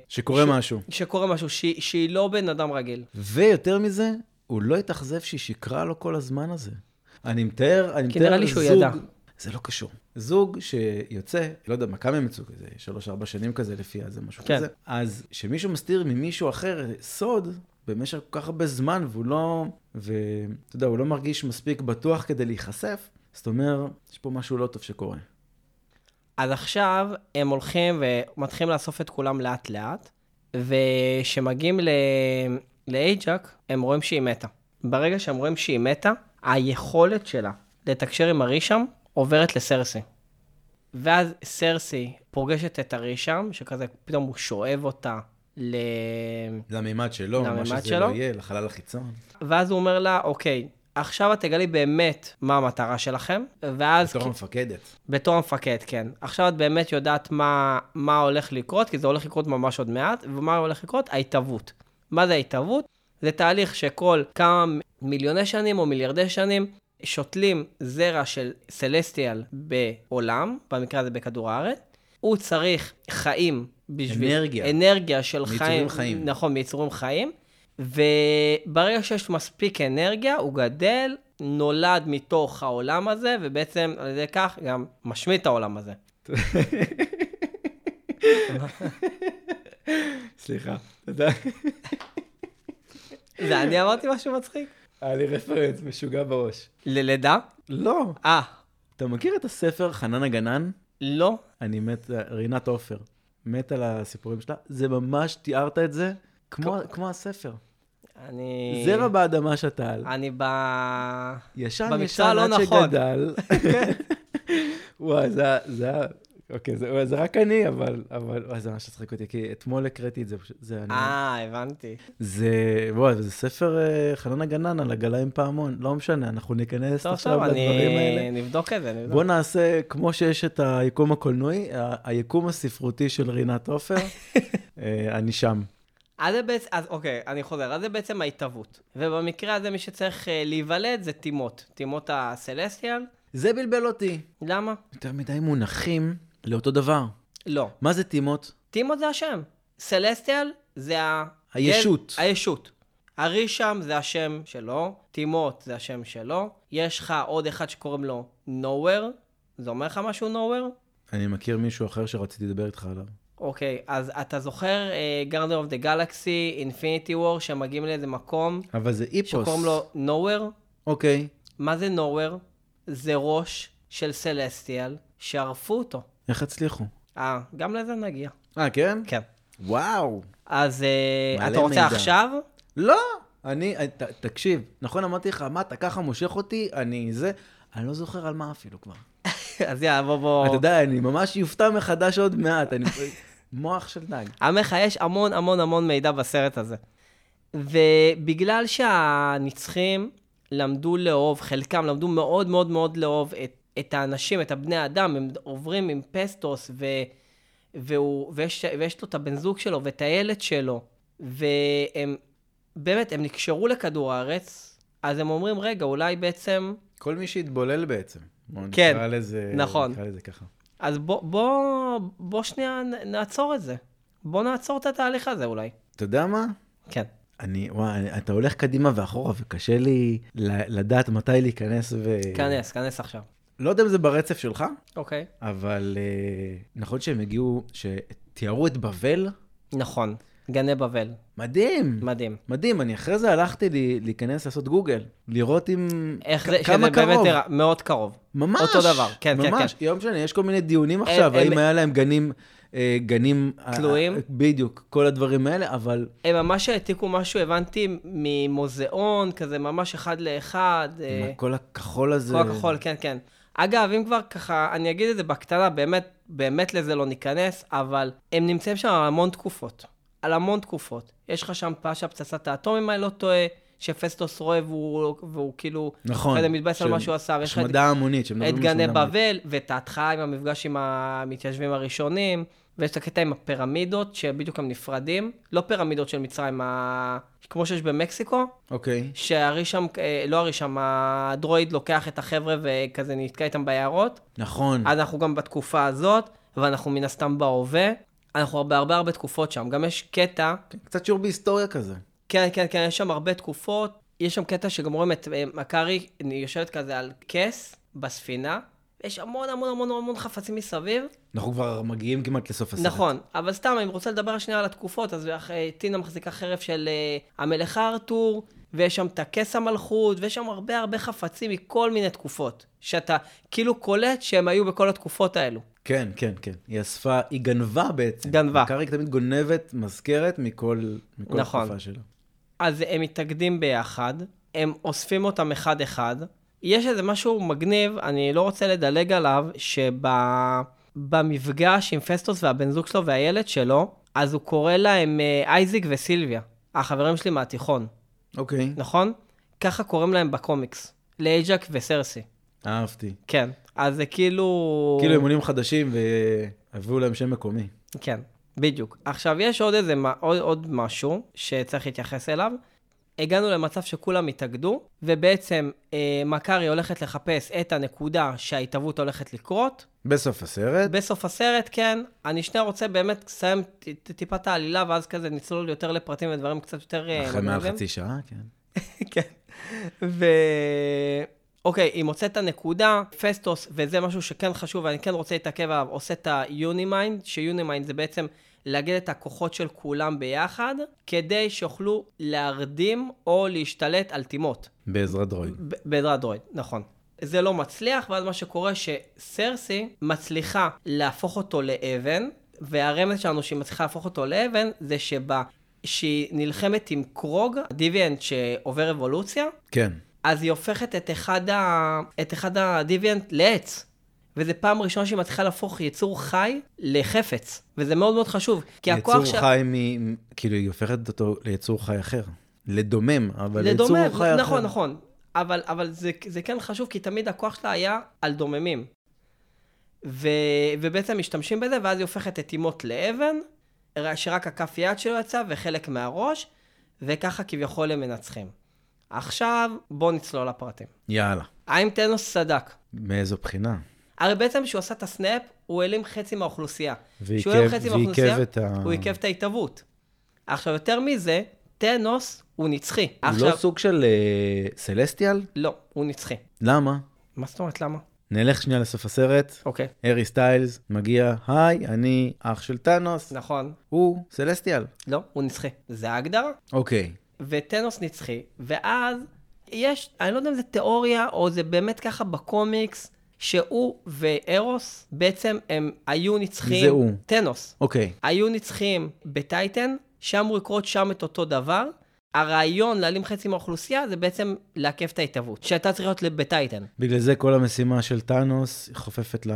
[SPEAKER 1] שקורה
[SPEAKER 2] ש-
[SPEAKER 1] משהו.
[SPEAKER 2] שקורה משהו, שהיא, שהיא לא בן אדם רגיל.
[SPEAKER 1] ויותר מזה, הוא לא התאכזב שהיא שיקרה לו כל הזמן הזה. אני מתאר, אני מתאר
[SPEAKER 2] כי נראה לי שהוא ידע.
[SPEAKER 1] זה לא קשור. זוג שיוצא, לא יודע, מה, כמה הם יצאו כזה, שלוש-ארבע שנים כזה לפי הזה, משהו
[SPEAKER 2] כן.
[SPEAKER 1] כזה. אז שמישהו מסתיר ממישהו אחר סוד במשך כל כך הרבה זמן, והוא לא, ואתה יודע, הוא לא מרגיש מספיק בטוח כדי להיחשף, זאת אומרת, יש פה משהו לא טוב שקורה.
[SPEAKER 2] אז עכשיו הם הולכים ומתחילים לאסוף את כולם לאט-לאט, וכשמגיעים ל... לאייג'ק, הם רואים שהיא מתה. ברגע שהם רואים שהיא מתה, היכולת שלה לתקשר עם הרישם עוברת לסרסי. ואז סרסי פוגשת את הרישם, שכזה פתאום הוא שואב אותה ל...
[SPEAKER 1] למימד שלו,
[SPEAKER 2] למימד
[SPEAKER 1] מה שזה
[SPEAKER 2] שלו?
[SPEAKER 1] לא יהיה, לחלל החיצון.
[SPEAKER 2] ואז הוא אומר לה, אוקיי, עכשיו את תגלי באמת מה המטרה שלכם, ואז...
[SPEAKER 1] בתור המפקדת.
[SPEAKER 2] בתור המפקד, כן. עכשיו את באמת יודעת מה, מה הולך לקרות, כי זה הולך לקרות ממש עוד מעט, ומה הולך לקרות? ההתהוות. מה זה ההתהוות? זה תהליך שכל כמה מיליוני שנים או מיליארדי שנים שותלים זרע של סלסטיאל בעולם, במקרה הזה בכדור הארץ. הוא צריך חיים בשביל...
[SPEAKER 1] אנרגיה.
[SPEAKER 2] אנרגיה של
[SPEAKER 1] מיצורים
[SPEAKER 2] חיים.
[SPEAKER 1] חיים.
[SPEAKER 2] נכון, מיצורים חיים. וברגע שיש מספיק אנרגיה, הוא גדל, נולד מתוך העולם הזה, ובעצם על ידי כך גם משמיט את העולם הזה.
[SPEAKER 1] סליחה. אתה יודע,
[SPEAKER 2] זה אני אמרתי משהו מצחיק?
[SPEAKER 1] היה לי רפרנס משוגע בראש.
[SPEAKER 2] ללידה?
[SPEAKER 1] לא.
[SPEAKER 2] אה,
[SPEAKER 1] אתה מכיר את הספר חנן הגנן?
[SPEAKER 2] לא?
[SPEAKER 1] אני מת, אה, רינת עופר, מת על הסיפורים שלה. זה ממש, תיארת את זה כמו, כמו הספר.
[SPEAKER 2] אני...
[SPEAKER 1] זרע באדמה שתל,
[SPEAKER 2] אני ב...
[SPEAKER 1] ישן
[SPEAKER 2] במקצוע
[SPEAKER 1] ישן
[SPEAKER 2] הלא
[SPEAKER 1] עד
[SPEAKER 2] אה, לא נכון.
[SPEAKER 1] שגדל. וואי, זה היה- זה היה אוקיי, זה זה רק אני, אבל... אבל... וואי, זה ממש מצחיק אותי, כי אתמול הקראתי את זה, פשוט- זה אני...
[SPEAKER 2] אה, הבנתי.
[SPEAKER 1] זה... וואי, זה ספר אה, חנן הגנן על עגלה עם פעמון. לא משנה, אנחנו ניכנס
[SPEAKER 2] טוב,
[SPEAKER 1] עכשיו
[SPEAKER 2] טוב,
[SPEAKER 1] לדברים האלה.
[SPEAKER 2] אני נבדוק את זה, נבדוק.
[SPEAKER 1] בוא נעשה, כמו שיש את היקום הקולנועי, ה- היקום הספרותי של רינת עופר, אה, אני שם.
[SPEAKER 2] אז זה בעצם, אז אוקיי, אני חוזר, אז זה בעצם ההתהוות. ובמקרה הזה מי שצריך אה, להיוולד זה טימות, טימות הסלסטיאל.
[SPEAKER 1] זה בלבל אותי.
[SPEAKER 2] למה?
[SPEAKER 1] יותר מדי מונחים לאותו דבר.
[SPEAKER 2] לא.
[SPEAKER 1] מה זה טימות?
[SPEAKER 2] טימות זה השם. סלסטיאל זה ה...
[SPEAKER 1] הישות.
[SPEAKER 2] גז- הישות. הרישם זה השם שלו, טימות זה השם שלו, יש לך עוד אחד שקוראים לו nowhere, זה אומר לך משהו nowhere?
[SPEAKER 1] אני מכיר מישהו אחר שרציתי לדבר איתך עליו.
[SPEAKER 2] אוקיי, אז אתה זוכר אה, גארדר אוף דה גלקסי, אינפיניטי וור, שמגיעים לאיזה מקום
[SPEAKER 1] אבל זה איפוס.
[SPEAKER 2] שקוראים לו nowhere?
[SPEAKER 1] אוקיי.
[SPEAKER 2] מה זה nowhere? זה ראש של סלסטיאל שערפו אותו.
[SPEAKER 1] איך הצליחו?
[SPEAKER 2] אה, גם לזה נגיע.
[SPEAKER 1] אה, כן?
[SPEAKER 2] כן.
[SPEAKER 1] וואו.
[SPEAKER 2] אז אה,
[SPEAKER 1] מלא
[SPEAKER 2] אתה רוצה
[SPEAKER 1] מידע.
[SPEAKER 2] עכשיו?
[SPEAKER 1] לא! אני, ת, תקשיב, נכון אמרתי לך, מה, אתה ככה מושך אותי, אני זה, אני לא זוכר על מה אפילו כבר.
[SPEAKER 2] אז יאללה, בוא בוא.
[SPEAKER 1] אתה יודע, אני ממש יופתע מחדש עוד מעט, אני... מוח של דג.
[SPEAKER 2] עמך, יש המון המון המון מידע בסרט הזה. ובגלל שהנצחים למדו לאהוב, חלקם למדו מאוד מאוד מאוד לאהוב את, את האנשים, את הבני האדם, הם עוברים עם פסטוס, ו, והוא, ויש, ויש לו את הבן זוג שלו ואת הילד שלו, והם באמת, הם נקשרו לכדור הארץ, אז הם אומרים, רגע, אולי בעצם
[SPEAKER 1] כל מי שהתבולל בעצם. בוא
[SPEAKER 2] כן,
[SPEAKER 1] נקרא לזה,
[SPEAKER 2] נכון.
[SPEAKER 1] נקרא לזה ככה.
[SPEAKER 2] אז בוא, בוא, בוא שנייה נ- נעצור את זה. בוא נעצור את התהליך הזה אולי.
[SPEAKER 1] אתה יודע מה?
[SPEAKER 2] כן.
[SPEAKER 1] אני, וואי, אני- אתה הולך קדימה ואחורה, וקשה לי ל- לדעת מתי להיכנס ו...
[SPEAKER 2] כנס, כנס עכשיו.
[SPEAKER 1] לא יודע אם זה ברצף שלך,
[SPEAKER 2] אוקיי.
[SPEAKER 1] אבל אה, נכון שהם הגיעו, שתיארו את בבל?
[SPEAKER 2] נכון. גני בבל.
[SPEAKER 1] מדהים.
[SPEAKER 2] מדהים.
[SPEAKER 1] מדהים, אני אחרי זה הלכתי לי, להיכנס לעשות גוגל, לראות אם...
[SPEAKER 2] איך
[SPEAKER 1] כ-
[SPEAKER 2] זה, שזה
[SPEAKER 1] כמה
[SPEAKER 2] באמת
[SPEAKER 1] קרוב.
[SPEAKER 2] נראה מאוד קרוב.
[SPEAKER 1] ממש.
[SPEAKER 2] אותו דבר, כן, כן,
[SPEAKER 1] ממש. יום שני, יש כל מיני דיונים עכשיו,
[SPEAKER 2] הם-
[SPEAKER 1] האם היה להם גנים, אה, גנים... אה,
[SPEAKER 2] תלויים?
[SPEAKER 1] אה, בדיוק, כל הדברים האלה, אבל
[SPEAKER 2] הם ממש העתיקו משהו, הבנתי, ממוזיאון, כזה ממש אחד לאחד. אה,
[SPEAKER 1] עם כל הכחול הזה...
[SPEAKER 2] כל הכחול, כן, כן. אגב, אם כבר ככה, אני אגיד את זה בקטנה, באמת, באמת לזה לא ניכנס, אבל הם נמצאים שם על המון תקופות. על המון תקופות. יש לך שם פאשה פצצת האטום, אם אני לא טועה, שפסטוס רואה והוא, והוא כאילו...
[SPEAKER 1] נכון.
[SPEAKER 2] אחרי זה מתבאס על
[SPEAKER 1] ש-
[SPEAKER 2] מה שהוא עשה, ויש לך את
[SPEAKER 1] השמדה המונית, שמדברים
[SPEAKER 2] את
[SPEAKER 1] על
[SPEAKER 2] גני
[SPEAKER 1] השמדה המונית.
[SPEAKER 2] בבל, ואת ההתחלה עם המפגש עם המתיישבים הראשונים, ויש את הקטע עם הפירמידות, שבדיוק הם נפרדים. לא פירמידות של מצרים, ה... כמו שיש במקסיקו,
[SPEAKER 1] אוקיי.
[SPEAKER 2] שהרישם, אה, לא הרישם, הדרואיד לוקח את החבר'ה וכזה נתקע איתם ביערות.
[SPEAKER 1] נכון.
[SPEAKER 2] אז אנחנו גם בתקופה הזאת, ואנחנו מן הסתם בהווה. אנחנו הרבה הרבה הרבה תקופות שם. גם יש קטע
[SPEAKER 1] כן, קצת שיעור בהיסטוריה כזה.
[SPEAKER 2] כן, כן, כן, יש שם הרבה תקופות. יש שם קטע שגם רואים את אה, מקארי יושבת כזה על כס בספינה. יש המון המון המון המון חפצים מסביב.
[SPEAKER 1] אנחנו כבר מגיעים כמעט לסוף הסרט.
[SPEAKER 2] נכון, אבל סתם, אני רוצה לדבר שנייה על התקופות, אז אה, טינה מחזיקה חרב של אה, המלך ארתור, ויש שם את הכס המלכות, ויש שם הרבה הרבה חפצים מכל מיני תקופות. שאתה כאילו קולט שהם היו בכל התקופות האלו.
[SPEAKER 1] כן, כן, כן. היא אספה, היא גנבה בעצם.
[SPEAKER 2] גנבה.
[SPEAKER 1] קארי תמיד גונבת מזכרת מכל, מכל
[SPEAKER 2] נכון.
[SPEAKER 1] התקופה שלה.
[SPEAKER 2] אז הם מתאגדים ביחד, הם אוספים אותם אחד-אחד. יש איזה משהו מגניב, אני לא רוצה לדלג עליו, שבמפגש עם פסטוס והבן זוג שלו והילד שלו, אז הוא קורא להם אה, אייזיק וסילביה, החברים שלי מהתיכון,
[SPEAKER 1] אוקיי,
[SPEAKER 2] נכון? ככה קוראים להם בקומיקס, לאייג'ק וסרסי,
[SPEAKER 1] אהבתי.
[SPEAKER 2] כן. אז זה כאילו...
[SPEAKER 1] כאילו הם עולים חדשים והביאו להם שם מקומי.
[SPEAKER 2] כן, בדיוק. עכשיו, יש עוד איזה, מה- עוד, עוד משהו שצריך להתייחס אליו. הגענו למצב שכולם התאגדו, ובעצם אה, מכרי הולכת לחפש את הנקודה שההתהוות הולכת לקרות.
[SPEAKER 1] בסוף הסרט,
[SPEAKER 2] בסוף הסרט, כן, אני שנייה רוצה באמת לסיים ט- ט- טיפה את העלילה, ואז כזה נצלול יותר לפרטים ודברים קצת יותר... אה,
[SPEAKER 1] אחרי מעל
[SPEAKER 2] מגניבים.
[SPEAKER 1] חצי שעה, כן.
[SPEAKER 2] כן. ו... אוקיי, היא מוצאת את הנקודה, פסטוס, וזה משהו שכן חשוב, ואני כן רוצה להתעכב עליו, עושה את ה-Unimind, ש-Unimind זה בעצם לאגד את הכוחות של כולם ביחד, כדי שיוכלו להרדים או להשתלט על טימות.
[SPEAKER 1] בעזרת דרויד.
[SPEAKER 2] ב- בעזרת דרויד, נכון. זה לא מצליח, ואז מה שקורה שסרסי מצליחה להפוך אותו לאבן, והרמז שלנו שהיא מצליחה להפוך אותו לאבן, זה שבה... שהיא נלחמת עם קרוג, דיוויאנט שעובר אבולוציה,
[SPEAKER 1] כן.
[SPEAKER 2] אז היא הופכת את אחד, ה... את אחד הדיוויאנט לעץ. וזה פעם ראשונה שהיא מתחילה להפוך יצור חי לחפץ. וזה מאוד מאוד חשוב, כי הכוח
[SPEAKER 1] יצור חי מ... כאילו, היא הופכת אותו ליצור חי אחר. לדומם, אבל ליצור
[SPEAKER 2] לדומם,
[SPEAKER 1] חי אחר.
[SPEAKER 2] נכון, נכון. אבל, אבל זה, זה כן חשוב, כי תמיד הכוח שלה היה על דוממים. ו, ובעצם משתמשים בזה, ואז היא הופכת את אימות לאבן, שרק הכף יד שלו יצא וחלק מהראש, וככה כביכול הם מנצחים. עכשיו, בואו נצלול לפרטים.
[SPEAKER 1] יאללה.
[SPEAKER 2] האם טנוס צדק?
[SPEAKER 1] מאיזו בחינה.
[SPEAKER 2] הרי בעצם כשהוא עשה את הסנאפ, הוא העלים חצי מהאוכלוסייה. כשהוא
[SPEAKER 1] ועיכב-
[SPEAKER 2] העלים חצי
[SPEAKER 1] ועיכב
[SPEAKER 2] מהאוכלוסייה,
[SPEAKER 1] את ה-
[SPEAKER 2] הוא עיכב את ההתהוות. עכשיו, יותר מזה, טנוס הוא נצחי.
[SPEAKER 1] הוא
[SPEAKER 2] עכשיו,
[SPEAKER 1] לא סוג של אה, סלסטיאל?
[SPEAKER 2] לא, הוא נצחי.
[SPEAKER 1] למה?
[SPEAKER 2] מה זאת אומרת, למה?
[SPEAKER 1] נלך שנייה לסוף הסרט.
[SPEAKER 2] אוקיי.
[SPEAKER 1] הארי סטיילס מגיע, היי, אני אח של טאנוס,
[SPEAKER 2] נכון.
[SPEAKER 1] הוא סלסטיאל.
[SPEAKER 2] לא, הוא נצחי. זה ההגדרה.
[SPEAKER 1] אוקיי.
[SPEAKER 2] וטנוס נצחי, ואז יש, אני לא יודע אם זה תיאוריה, או זה באמת ככה בקומיקס, שהוא וארוס, בעצם הם היו נצחים.
[SPEAKER 1] זה הוא.
[SPEAKER 2] טנוס.
[SPEAKER 1] אוקיי.
[SPEAKER 2] היו נצחים בטייטן, שאמור לקרות שם את אותו דבר. הרעיון להעלים חצי מהאוכלוסייה זה בעצם לעכב את ההתהוות, שהייתה צריכה להיות בטייטן.
[SPEAKER 1] בגלל זה כל המשימה של טאנוס חופפת ל...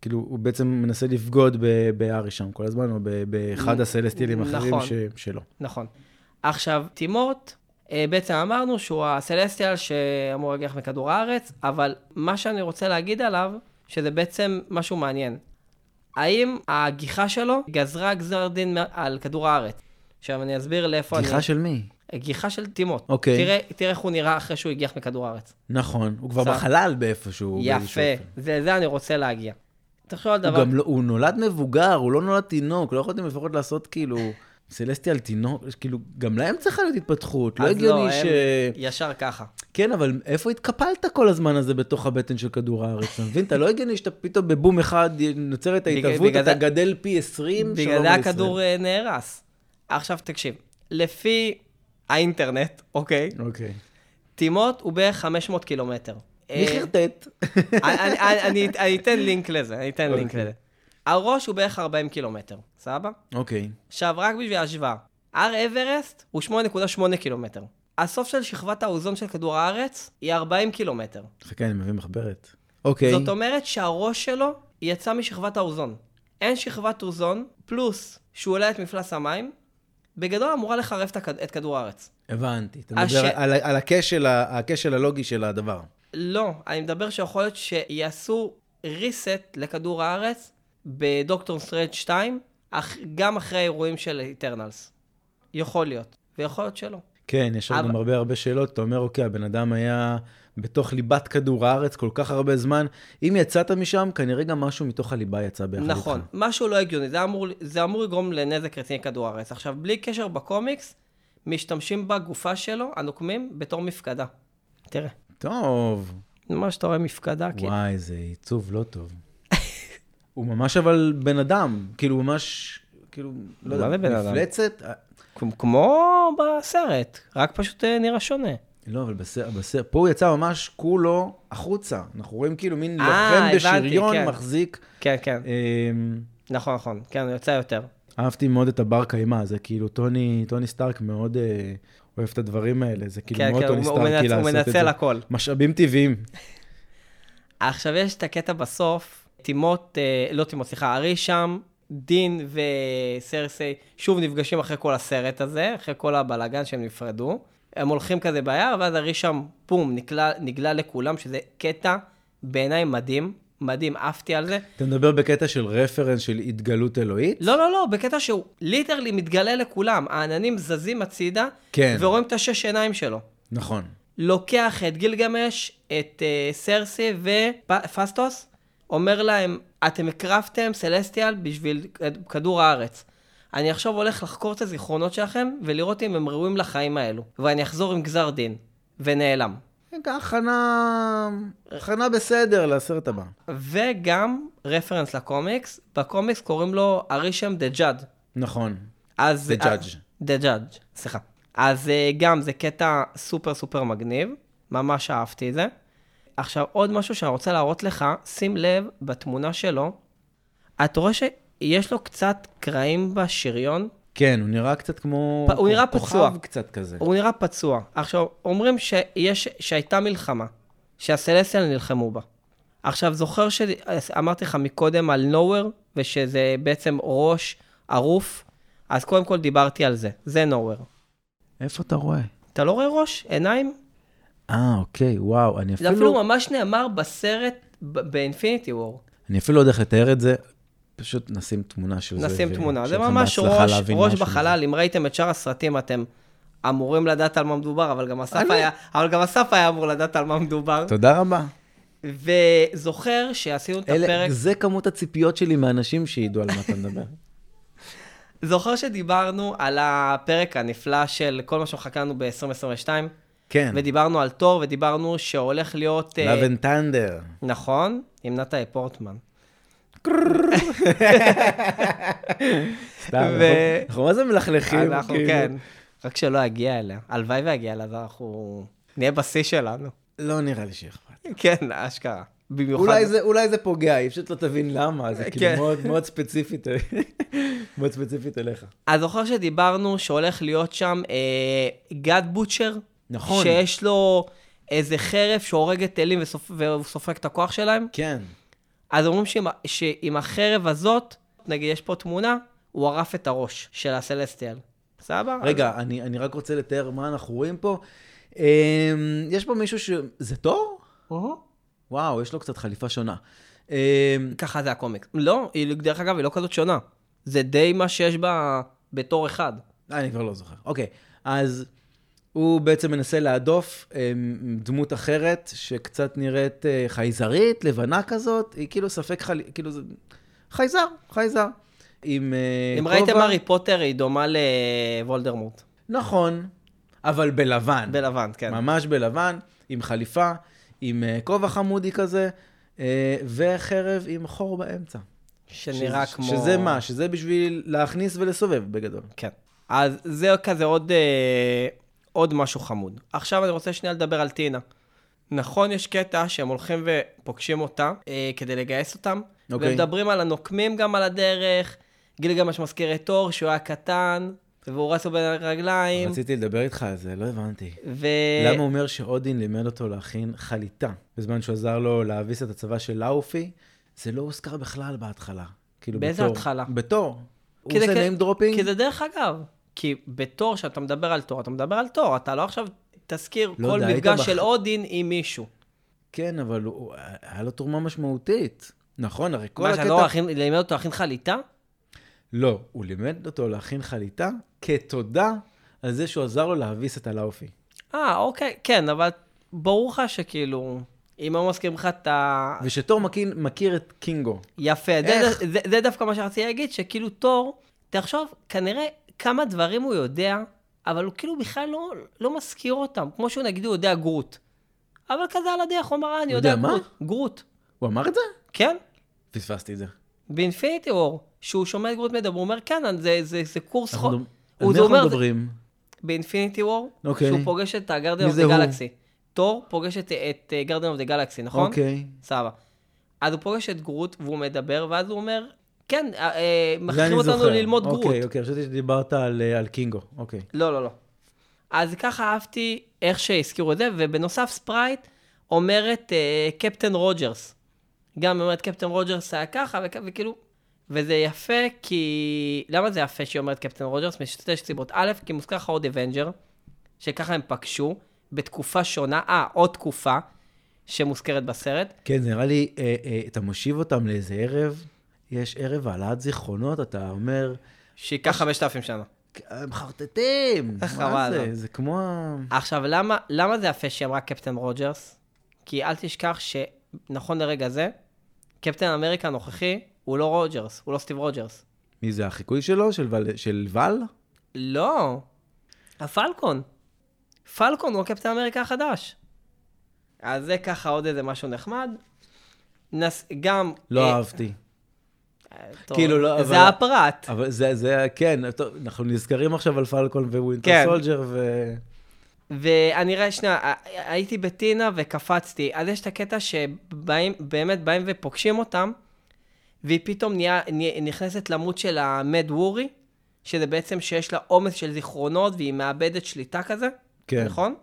[SPEAKER 1] כאילו, הוא בעצם מנסה לבגוד ב- בארי שם כל הזמן, או ב- באחד הסלסטיאלים האחרים
[SPEAKER 2] נכון.
[SPEAKER 1] ש- שלו.
[SPEAKER 2] נכון. עכשיו, טימורט, אה, בעצם אמרנו שהוא הסלסטיאל שאמור להגיח מכדור הארץ, אבל מה שאני רוצה להגיד עליו, שזה בעצם משהו מעניין. האם הגיחה שלו גזרה גזר דין מ- על כדור הארץ? עכשיו אני אסביר לאיפה
[SPEAKER 1] גיחה
[SPEAKER 2] אני...
[SPEAKER 1] של מי?
[SPEAKER 2] גיחה של טימוט.
[SPEAKER 1] אוקיי.
[SPEAKER 2] תראה, תראה איך הוא נראה אחרי שהוא הגיח מכדור הארץ.
[SPEAKER 1] נכון, הוא כבר
[SPEAKER 2] סע.
[SPEAKER 1] בחלל באיפשהו. באיזשהו
[SPEAKER 2] יפה,
[SPEAKER 1] אופן.
[SPEAKER 2] זה, זה אני רוצה להגיע. תחשוב על
[SPEAKER 1] הוא
[SPEAKER 2] דבר...
[SPEAKER 1] גם לא, הוא נולד מבוגר, הוא לא נולד תינוק, לא יכולתם לפחות לעשות כאילו... סלסטיאל תינוק, כאילו, גם להם צריכה להיות התפתחות, לא
[SPEAKER 2] אז
[SPEAKER 1] הגיוני
[SPEAKER 2] הם
[SPEAKER 1] ש...
[SPEAKER 2] ישר ככה.
[SPEAKER 1] כן, אבל איפה התקפלת כל הזמן הזה בתוך הבטן של כדור הארץ? אתה מבין? אתה לא הגיוני שאתה פתאום בבום אחד נוצרת ההתהוות,
[SPEAKER 2] בגלל
[SPEAKER 1] אתה
[SPEAKER 2] זה-
[SPEAKER 1] גדל פי 20,
[SPEAKER 2] בגלל
[SPEAKER 1] שלום
[SPEAKER 2] זה
[SPEAKER 1] על
[SPEAKER 2] הכדור אה, נהרס. עכשיו תקשיב, לפי האינטרנט, אוקיי?
[SPEAKER 1] ישראל. אוקיי.
[SPEAKER 2] טימות הוא בערך 500 קילומטר.
[SPEAKER 1] מי
[SPEAKER 2] אה,
[SPEAKER 1] חרטט?
[SPEAKER 2] אני- אני- אני אני אתן לינק לזה, אני אתן לינק
[SPEAKER 1] אוקיי.
[SPEAKER 2] לזה. הראש הוא בערך 40 קילומטר, סבבה?
[SPEAKER 1] אוקיי.
[SPEAKER 2] עכשיו, רק בשביל ההשוואה, הר אברסט הוא 8.8 קילומטר. הסוף של שכבת האוזון של כדור הארץ היא 40 קילומטר.
[SPEAKER 1] חכה, אני מביא מחברת. אוקיי.
[SPEAKER 2] זאת אומרת שהראש שלו יצא משכבת האוזון. אין שכבת אוזון, פלוס שהוא עולה את מפלס המים, בגדול אמורה לחרב את הכד- את כדור הארץ.
[SPEAKER 1] הבנתי. אתה
[SPEAKER 2] הש-
[SPEAKER 1] מדבר על ה- על הכשל ה- הכשל הלוגי של הדבר.
[SPEAKER 2] לא, אני מדבר שיכול להיות שיעשו reset לכדור הארץ בדוקטור סטרנג' 2, אך גם אחרי האירועים של איטרנלס. יכול להיות, ויכול להיות שלא.
[SPEAKER 1] כן, יש
[SPEAKER 2] אבל-
[SPEAKER 1] אבל... גם הרבה הרבה שאלות. אתה אומר, אוקיי, הבן אדם היה בתוך ליבת כדור הארץ כל כך הרבה זמן. אם יצאת משם, כנראה גם משהו מתוך הליבה יצא ביחד איתך.
[SPEAKER 2] נכון, משהו לא הגיוני, זה אמור, זה אמור לגרום לנזק רציני לכדור הארץ. עכשיו, בלי קשר בקומיקס, משתמשים בגופה שלו, הנוקמים, בתור מפקדה. תראה,
[SPEAKER 1] טוב.
[SPEAKER 2] מה שאתה רואה מפקדה, כי...
[SPEAKER 1] וואי, זה עיצוב לא טוב. הוא ממש אבל בן אדם, כאילו הוא ממש, כאילו, לא
[SPEAKER 2] מה
[SPEAKER 1] יודע,
[SPEAKER 2] זה בן אדם?
[SPEAKER 1] מפלצת. אה,
[SPEAKER 2] כמו- כמו בסרט, רק פשוט אה, נראה שונה.
[SPEAKER 1] לא, אבל בסרט, בסר, פה הוא יצא ממש כולו החוצה. אנחנו רואים כאילו מין
[SPEAKER 2] אה,
[SPEAKER 1] לוחם
[SPEAKER 2] הבנתי,
[SPEAKER 1] בשריון
[SPEAKER 2] כן.
[SPEAKER 1] מחזיק.
[SPEAKER 2] כן, כן,
[SPEAKER 1] אמ,
[SPEAKER 2] נכון, נכון, כן, הוא יוצא יותר.
[SPEAKER 1] אהבתי מאוד את הבר קיימא, זה כאילו טוני, טוני סטארק מאוד אה, אוהב את הדברים האלה, זה כאילו
[SPEAKER 2] כן,
[SPEAKER 1] מאוד
[SPEAKER 2] כן,
[SPEAKER 1] טוני
[SPEAKER 2] הוא- הוא
[SPEAKER 1] סטארקי
[SPEAKER 2] מנצ- הוא
[SPEAKER 1] לעשות את זה.
[SPEAKER 2] מנצל הכל.
[SPEAKER 1] משאבים טבעיים.
[SPEAKER 2] עכשיו יש את הקטע בסוף, טימות, אה, לא טימות, סליחה, ארי שם, דין וסרסי שוב נפגשים אחרי כל הסרט הזה, אחרי כל הבלאגן שהם נפרדו. הם הולכים כזה ביער, ואז ארי שם, בום, נגלה, נגלה לכולם, שזה קטע בעיניי מדהים, מדהים, עפתי על זה.
[SPEAKER 1] אתה מדבר בקטע של רפרנס של התגלות אלוהית?
[SPEAKER 2] לא, לא, לא, בקטע שהוא ליטרלי מתגלה לכולם, העננים זזים הצידה,
[SPEAKER 1] כן.
[SPEAKER 2] ורואים את השש עיניים שלו.
[SPEAKER 1] נכון.
[SPEAKER 2] לוקח את גילגמש, את uh, סרסי ופסטוס, אומר להם, אתם הקרבתם סלסטיאל בשביל כד- כדור הארץ. אני עכשיו הולך לחקור את הזיכרונות שלכם ולראות אם הם ראויים לחיים האלו, ואני אחזור עם גזר דין, ונעלם.
[SPEAKER 1] רגע, כן, הכנה, הכנה בסדר לסרט הבא.
[SPEAKER 2] וגם רפרנס לקומיקס, בקומיקס קוראים לו ארישם דה ג'אד.
[SPEAKER 1] נכון.
[SPEAKER 2] אז...
[SPEAKER 1] The Judge.
[SPEAKER 2] דה ג'אדג', סליחה. אז אה, גם זה קטע סופר סופר מגניב, ממש אהבתי את זה. עכשיו, עוד משהו שאני רוצה להראות לך, שים לב, בתמונה שלו, אתה רואה שיש לו קצת קרעים בשריון?
[SPEAKER 1] כן, הוא נראה קצת כמו...
[SPEAKER 2] פ- הוא נראה פצוע.
[SPEAKER 1] כוכב קצת כזה.
[SPEAKER 2] הוא נראה פצוע. עכשיו, אומרים שיש, שהייתה מלחמה, שהסלסטיאל נלחמו בה. עכשיו, זוכר שאמרתי לך מקודם על nowhere, ושזה בעצם ראש ערוף? אז קודם כל דיברתי על זה, זה nowhere.
[SPEAKER 1] איפה אתה רואה?
[SPEAKER 2] אתה לא רואה ראש? עיניים?
[SPEAKER 1] אה, אוקיי, וואו, אני
[SPEAKER 2] זה אפילו
[SPEAKER 1] אפילו...
[SPEAKER 2] ממש נאמר בסרט ב- באינפיניטי וור.
[SPEAKER 1] אני אפילו לא יודע איך לתאר את זה, פשוט נשים תמונה של זה.
[SPEAKER 2] נשים
[SPEAKER 1] ו-
[SPEAKER 2] תמונה, זה
[SPEAKER 1] שיהיה לכם
[SPEAKER 2] ממש
[SPEAKER 1] בהצלחה
[SPEAKER 2] ראש,
[SPEAKER 1] להבין
[SPEAKER 2] ראש
[SPEAKER 1] משהו
[SPEAKER 2] בחלל, אם ראיתם את שאר הסרטים אתם אמורים לדעת על מה מדובר, אבל גם אסף
[SPEAKER 1] אני-
[SPEAKER 2] היה, אבל גם אסף היה אמור לדעת על מה מדובר.
[SPEAKER 1] מזה. תודה רבה.
[SPEAKER 2] וזוכר שעשינו את
[SPEAKER 1] אלה,
[SPEAKER 2] הפרק, כן.
[SPEAKER 1] זה כמות הציפיות שלי מאנשים שידעו על מה אתה מדבר.
[SPEAKER 2] זוכר שדיברנו על הפרק הנפלא של כל מה שמחכה לנו ב-2022,
[SPEAKER 1] כן,
[SPEAKER 2] ודיברנו על תור, ודיברנו שהולך להיות... אה,
[SPEAKER 1] Love and Thunder.
[SPEAKER 2] נכון, עם נטע פורטמן.
[SPEAKER 1] סתם,
[SPEAKER 2] ו-
[SPEAKER 1] אנחנו- אנחנו מה זה מלכלכים?
[SPEAKER 2] אנחנו,
[SPEAKER 1] כאילו?
[SPEAKER 2] כן. רק שלא אגיע אליה. הלוואי ואגיע אליה, אז אנחנו נהיה בשיא שלנו.
[SPEAKER 1] לא נראה לי שאכפת.
[SPEAKER 2] כן, אשכרה. במיוחד...
[SPEAKER 1] אולי זה, אולי זה פוגע, היא פשוט לא תבין למה, זה כאילו
[SPEAKER 2] כן.
[SPEAKER 1] מאוד, מאוד ספציפית, מאוד ספציפית אליך.
[SPEAKER 2] אז זוכר שדיברנו שהולך להיות שם אה, גד בוטשר?
[SPEAKER 1] נכון.
[SPEAKER 2] שיש לו איזה חרב שהורגת אלים וסופ... והוא סופג את הכוח שלהם?
[SPEAKER 1] כן.
[SPEAKER 2] אז אומרים שעם, ה- שעם החרב הזאת, נגיד יש פה תמונה, הוא ערף את הראש של הסלסטיאל. סבבה?
[SPEAKER 1] רגע, אני, אני רק רוצה לתאר מה אנחנו רואים פה. אמ, יש פה מישהו ש... זה תור?
[SPEAKER 2] אהה.
[SPEAKER 1] וואו, יש לו קצת חליפה שונה. אמ,
[SPEAKER 2] ככה זה הקומיקס. לא, היא, דרך אגב, היא לא כזאת שונה. זה די מה שיש בה בתור אחד.
[SPEAKER 1] אה, אני כבר לא זוכר. אוקיי, אז הוא בעצם מנסה להדוף אמ, דמות אחרת, שקצת נראית אה, חייזרית, לבנה כזאת, היא כאילו ספק חל... כאילו זה... חייזר, חייזר. עם אה,
[SPEAKER 2] אם
[SPEAKER 1] כובע-
[SPEAKER 2] ראיתם הארי פוטר, היא דומה לוולדרמורט.
[SPEAKER 1] נכון, אבל בלבן.
[SPEAKER 2] בלבן, כן.
[SPEAKER 1] ממש בלבן, עם חליפה, עם אה, כובע חמודי כזה, אה, וחרב עם חור באמצע.
[SPEAKER 2] שנראה
[SPEAKER 1] שזה-
[SPEAKER 2] כמו...
[SPEAKER 1] שזה מה? שזה בשביל להכניס ולסובב בגדול.
[SPEAKER 2] כן. אז זה כזה עוד, אה, עוד משהו חמוד. עכשיו אני רוצה שנייה לדבר על טינה. נכון, יש קטע שהם הולכים ופוגשים אותה אה, כדי לגייס אותם, okay.
[SPEAKER 1] אוקיי.
[SPEAKER 2] ומדברים על הנוקמים גם על הדרך, גילגמש מזכיר את אור שהוא היה קטן, והוא רץ לו בין הרגליים,
[SPEAKER 1] רציתי לדבר איתך על זה, לא הבנתי.
[SPEAKER 2] ו...
[SPEAKER 1] למה הוא אומר שאודין לימד אותו להכין חליטה, בזמן שהוא עזר לו להביס את הצבא של לאופי? זה לא הוזכר בכלל בהתחלה. כאילו
[SPEAKER 2] באיזה
[SPEAKER 1] בתור.
[SPEAKER 2] התחלה?
[SPEAKER 1] בתור. הוא
[SPEAKER 2] כי זה
[SPEAKER 1] עושה name
[SPEAKER 2] כ-
[SPEAKER 1] dropping?
[SPEAKER 2] כי זה דרך אגב, כי בתור, כשאתה מדבר על תור, אתה מדבר על תור, אתה לא עכשיו תזכיר
[SPEAKER 1] לא
[SPEAKER 2] כל
[SPEAKER 1] יודע, היית
[SPEAKER 2] מפגש
[SPEAKER 1] בח-
[SPEAKER 2] של אודין עם מישהו.
[SPEAKER 1] כן, אבל הוא- היה לו תרומה משמעותית. נכון, הרי כל
[SPEAKER 2] מה,
[SPEAKER 1] הקטע...
[SPEAKER 2] שאתה לא להכין- לימד אותו להכין חליטה?
[SPEAKER 1] לא, הוא לימד אותו להכין חליטה כתודה על זה שהוא עזר לו להביס את הלאופי.
[SPEAKER 2] אה, אוקיי, כן, אבל ברור לך שכאילו, אם היו מזכירים לך את ה...
[SPEAKER 1] ושתור מכיר, מכיר את קינגו.
[SPEAKER 2] יפה, זה,
[SPEAKER 1] איך?
[SPEAKER 2] זה, זה דווקא מה שרציתי להגיד, שכאילו תור, תחשוב, כנראה כמה דברים הוא יודע, אבל הוא כאילו בכלל לא, לא מזכיר אותם, כמו שהוא נגיד הוא יודע גרוט. אבל כזה על הדרך, הוא אמר, "אה, אני
[SPEAKER 1] הוא
[SPEAKER 2] יודע,
[SPEAKER 1] יודע מה?
[SPEAKER 2] גרוט. גרוט.
[SPEAKER 1] הוא אמר את זה?
[SPEAKER 2] כן,
[SPEAKER 1] פספסתי את זה.
[SPEAKER 2] באינפיניטי וור, שהוא שומע את גרוט מדבר, הוא אומר, כן, זה, זה, זה קורס
[SPEAKER 1] אנחנו
[SPEAKER 2] חוק.
[SPEAKER 1] מדברים-
[SPEAKER 2] הוא
[SPEAKER 1] על מי
[SPEAKER 2] זה אומר,
[SPEAKER 1] אנחנו
[SPEAKER 2] זה-
[SPEAKER 1] מדברים?
[SPEAKER 2] באינפיניטי וור,
[SPEAKER 1] אוקיי.
[SPEAKER 2] שהוא פוגש את הגרדן
[SPEAKER 1] מי
[SPEAKER 2] אוף
[SPEAKER 1] זה
[SPEAKER 2] דה
[SPEAKER 1] הוא?
[SPEAKER 2] גלקסי. תור פוגש את, את אה, גרדן אוף דה גלקסי, נכון?
[SPEAKER 1] אוקיי.
[SPEAKER 2] סבבה. אז הוא פוגש את גרוט, והוא מדבר, ואז הוא אומר, כן, אה, אה,
[SPEAKER 1] זה אני
[SPEAKER 2] מכריחים אותנו
[SPEAKER 1] זוכר.
[SPEAKER 2] ללמוד גרוט.
[SPEAKER 1] אוקיי, אוקיי, חשבתי שדיברת על, אה, על קינגו. אוקיי.
[SPEAKER 2] לא, לא, לא. אז ככה אהבתי איך שהזכירו את זה, ובנוסף ספרייט אומרת אה, קפטן רוג'רס. גם היא אומרת קפטן רוג'רס היה ככה, וכ- וכאילו... וזה יפה כי... למה זה יפה שהיא אומרת קפטן רוג'רס? משתי סיבות. א', כי מוזכר לך עוד אבנג'ר, שככה הם פגשו, בתקופה שונה, אה, עוד תקופה שמוזכרת בסרט.
[SPEAKER 1] כן, זה נראה לי, אה, אה, אתה מושיב אותם לאיזה ערב, יש ערב העלאת זיכרונות, אתה אומר,
[SPEAKER 2] שייקח 5,000 שנה.
[SPEAKER 1] "הם חרטטים, מה
[SPEAKER 2] חבל.
[SPEAKER 1] זה? זה כמו... ה-
[SPEAKER 2] עכשיו, למה, למה זה יפה שהיא אמרה קפטן רוג'רס? כי אל תשכח שנכון לרגע זה, קפטן אמריקה הנוכחי הוא לא רוג'רס, הוא לא סטיב רוג'רס.
[SPEAKER 1] מי זה, החיקוי שלו? של ול? של ול?
[SPEAKER 2] לא, הפלקון. פלקון הוא הקפטן אמריקה החדש. אז זה ככה עוד איזה משהו נחמד. נס... גם...
[SPEAKER 1] לא
[SPEAKER 2] אה,
[SPEAKER 1] אהבתי.
[SPEAKER 2] אה, טוב,
[SPEAKER 1] כאילו, לא, אבל-
[SPEAKER 2] זה הפרט.
[SPEAKER 1] אבל זה, זה, כן, טוב, אנחנו נזכרים עכשיו על פלקון ווינטר
[SPEAKER 2] כן.
[SPEAKER 1] סולג'ר, ו...
[SPEAKER 2] ואני רואה, שנייה, ה- הייתי בטינה וקפצתי. אז יש את הקטע שבאים, באמת באים ופוגשים אותם, והיא פתאום נהיה, נה- נכנסת למות של המד וורי, שזה בעצם שיש לה עומס של זיכרונות והיא מאבדת שליטה כזה,
[SPEAKER 1] כן.
[SPEAKER 2] נכון?